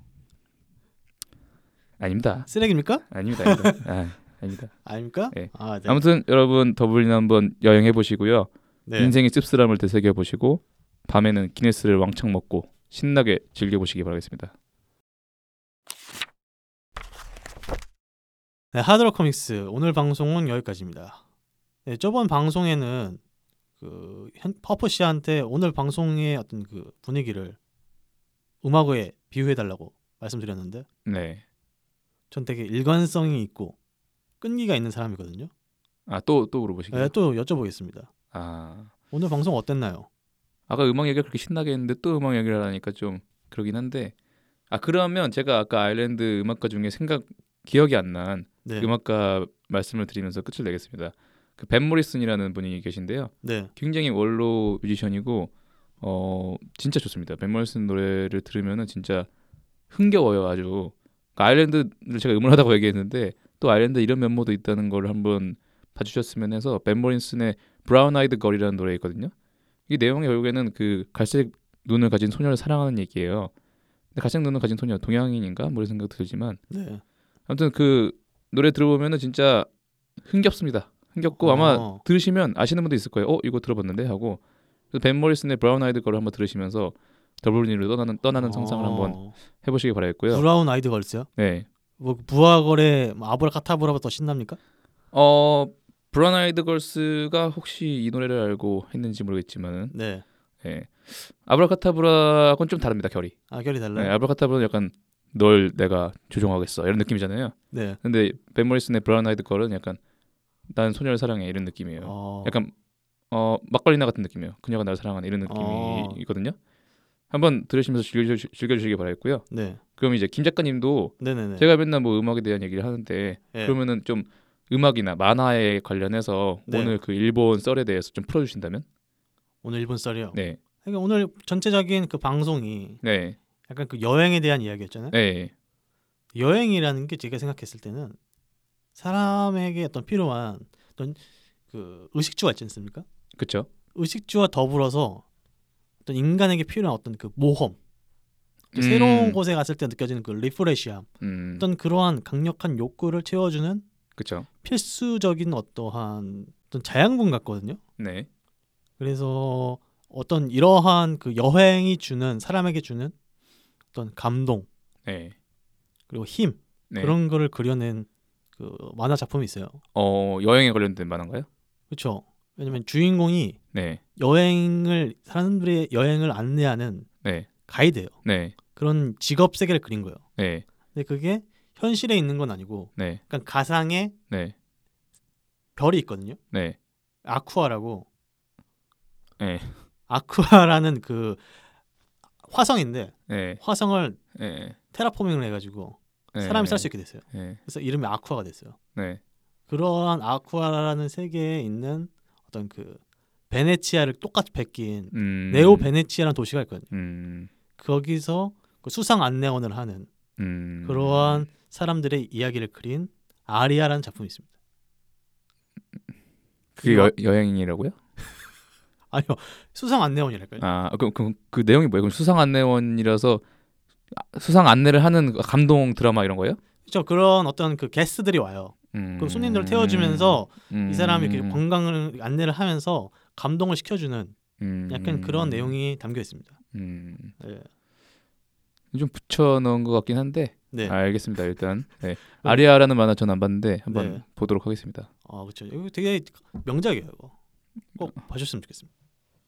S1: 아닙니다
S2: 쓰레기입니까?
S1: 아닙니다
S2: [laughs]
S1: 아닙니다 아, 아닙니다
S2: 아닙니까?
S1: 네.
S2: 아, 네.
S1: 아무튼 여러분 더블린 한번 여행해 보시고요
S2: 네.
S1: 인생의 씁쓸함을 되새겨 보시고 밤에는 기네스를 왕창 먹고 신나게 즐겨 보시기 바라겠습니다.
S2: 네, 하드락 코믹스 오늘 방송은 여기까지입니다. 네, 저번 방송에는 그 현, 퍼프 씨한테 오늘 방송의 어떤 그 분위기를 음악에 비유해 달라고 말씀드렸는데
S1: 네.
S2: 전 되게 일관성이 있고 끈기가 있는 사람이거든요.
S1: 아 또 또 물어보시게요?
S2: 네, 또 여쭤보겠습니다.
S1: 아
S2: 오늘 방송 어땠나요?
S1: 아까 음악 얘기가 그렇게 신나게 했는데 또 음악 얘기를 하니까 좀 그러긴 한데 아 그러면 제가 아까 아일랜드 음악가 중에 생각 기억이 안 난
S2: 네,
S1: 음악가 말씀을 드리면서 끝을 내겠습니다. 그 벤 모리슨이라는 분이 계신데요.
S2: 네,
S1: 굉장히 원로 뮤지션이고 어 진짜 좋습니다. 벤 모리슨 노래를 들으면은 진짜 흥겨워요 아주. 그 아일랜드를 제가 음울하다고 얘기했는데 또 아일랜드 이런 면모도 있다는 걸 한번 봐주셨으면 해서 벤 모리슨의 브라운 아이드 걸이라는 노래 있거든요. 이 내용이 결국에는 그 갈색 눈을 가진 소녀를 사랑하는 얘기예요. 근데 갈색 눈을 가진 소녀 동양인인가 뭐 이런 생각도 들지만
S2: 네.
S1: 아무튼 그 노래 들어보면은 진짜 흥겹습니다. 흥겹고 아마
S2: 어.
S1: 들으시면 아시는 분도 있을 거예요. 어 이거 들어봤는데 하고 그래서 벤 모리슨의 브라운 아이드 걸을 한번 들으시면서 더블린으로 떠나는 떠나는 상상을
S2: 어,
S1: 한번 해보시기 바라겠고요.
S2: 브라운 아이드 걸스요?
S1: 네.
S2: 뭐 부하걸의 뭐 아브라카타브라보다 더 신납니까?
S1: 어 브라운 아이드 걸스가 혹시 이 노래를 알고 했는지 모르겠지만은
S2: 네.
S1: 예. 아브라카타브라하고는 좀 다릅니다 결이.
S2: 아 결이
S1: 네,
S2: 달라요.
S1: 아브라카타브라는 약간 널 내가 조종하겠어 이런 느낌이잖아요.
S2: 네.
S1: 근데 벤 모리슨의 브라운 아이드 걸은 약간 난 소녀를 사랑해 이런 느낌이에요.
S2: 어,
S1: 네. 약간 어 막걸리나 같은 느낌이에요. 그녀가 나를 사랑하는 이런
S2: 어.
S1: 느낌이거든요. 한번 들으시면서 즐겨주, 즐겨주시기 바라겠고요.
S2: 네.
S1: 그럼 이제 김 작가님도
S2: 네네네.
S1: 제가 맨날 뭐 음악에 대한 얘기를 하는데
S2: 예.
S1: 그러면은 좀 음악이나 만화에 관련해서
S2: 네.
S1: 오늘 그 일본 썰에 대해서 좀 풀어주신다면?
S2: 오늘 일본 썰이요.
S1: 네,
S2: 그러니까 오늘 전체적인 그 방송이
S1: 네,
S2: 약간 그 여행에 대한 이야기였잖아요.
S1: 네,
S2: 여행이라는 게 제가 생각했을 때는 사람에게 어떤 필요한 어떤 그 의식주가 있지 않습니까?
S1: 그렇죠.
S2: 의식주와 더불어서 어떤 인간에게 필요한 어떤 그 모험, 새로운 곳에 갔을 때 느껴지는 그 리프레시함,
S1: 음,
S2: 어떤 그러한 강력한 욕구를 채워주는
S1: 그렇죠.
S2: 필수적인 어떠한 어떤 자양분 같거든요.
S1: 네,
S2: 그래서 어떤 이러한 그 여행이 주는 사람에게 주는 어떤 감동
S1: 네,
S2: 그리고 힘
S1: 네.
S2: 그런 거를 그려낸 그 만화 작품이 있어요.
S1: 어 여행에 관련된 만화인가요?
S2: 그렇죠. 왜냐면 주인공이
S1: 네,
S2: 여행을 사람들의 여행을 안내하는
S1: 네,
S2: 가이드예요.
S1: 네,
S2: 그런 직업 세계를 그린 거예요.
S1: 네,
S2: 근데 그게 현실에 있는 건 아니고
S1: 네,
S2: 약간 가상의
S1: 네,
S2: 별이 있거든요.
S1: 네.
S2: 아쿠아라고
S1: 예.
S2: 아쿠아라는 그 화성인데
S1: 예.
S2: 화성을
S1: 예.
S2: 테라포밍을 해가지고
S1: 예.
S2: 사람이 살 수 있게 됐어요.
S1: 예.
S2: 그래서 이름이 아쿠아가 됐어요.
S1: 네.
S2: 그러한 아쿠아라는 세계에 있는 어떤 그 베네치아를 똑같이 베낀
S1: 음.
S2: 네오 베네치아라는 도시가 있거든요.
S1: 음.
S2: 거기서 그 수상 안내원을 하는
S1: 음.
S2: 그러한 사람들의 이야기를 그린 아리아라는 작품이 있습니다.
S1: 그게 여, 여행이라고요?
S2: 아니요 수상 안내원이랄까요?
S1: 아, 그럼 그, 그 내용이 뭐예요? 그럼 수상 안내원이라서 아, 수상 안내를 하는 감동 드라마 이런 거예요?
S2: 그렇죠 그런 어떤 그 게스트들이 와요.
S1: 음.
S2: 그럼 손님들을 태워주면서
S1: 음.
S2: 이 사람이 이렇게 관광을 안내를 하면서 감동을 시켜주는
S1: 음.
S2: 약간 그런 내용이 담겨 있습니다.
S1: 음.
S2: 예.
S1: 좀 붙여 넣은 것 같긴 한데
S2: 네.
S1: 알겠습니다. 일단 네. 아리아라는 만화 전 안 봤는데 한번
S2: 네.
S1: 보도록 하겠습니다.
S2: 아 그렇죠. 이거 되게 명작이에요. 이거. 꼭 봐주셨으면 좋겠습니다.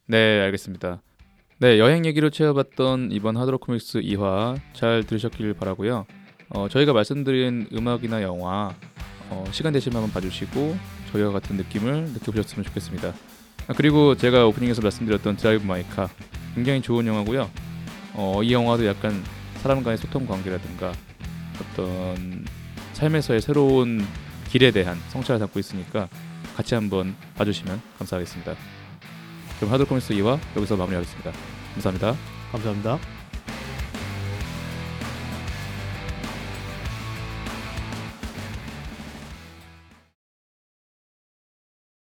S1: 네, 알겠습니다. 네, 여행 얘기로 채워봤던 이번 하드록 코믹스 2화 잘 들으셨길 바라고요. 어, 저희가 말씀드린 음악이나 영화 어, 시간 되시면 한번 봐주시고 저희와 같은 느낌을 느껴보셨으면 좋겠습니다. 아, 그리고 제가 오프닝에서 말씀드렸던 드라이브 마이카 굉장히 좋은 영화고요. 어, 이 영화도 약간 사람 간의 소통 관계라든가 어떤 삶에서의 새로운 길에 대한 성찰을 담고 있으니까 같이 한번 봐주시면 감사하겠습니다. 그럼 하드코믹스 2화 여기서 마무리하겠습니다. 감사합니다.
S2: 감사합니다.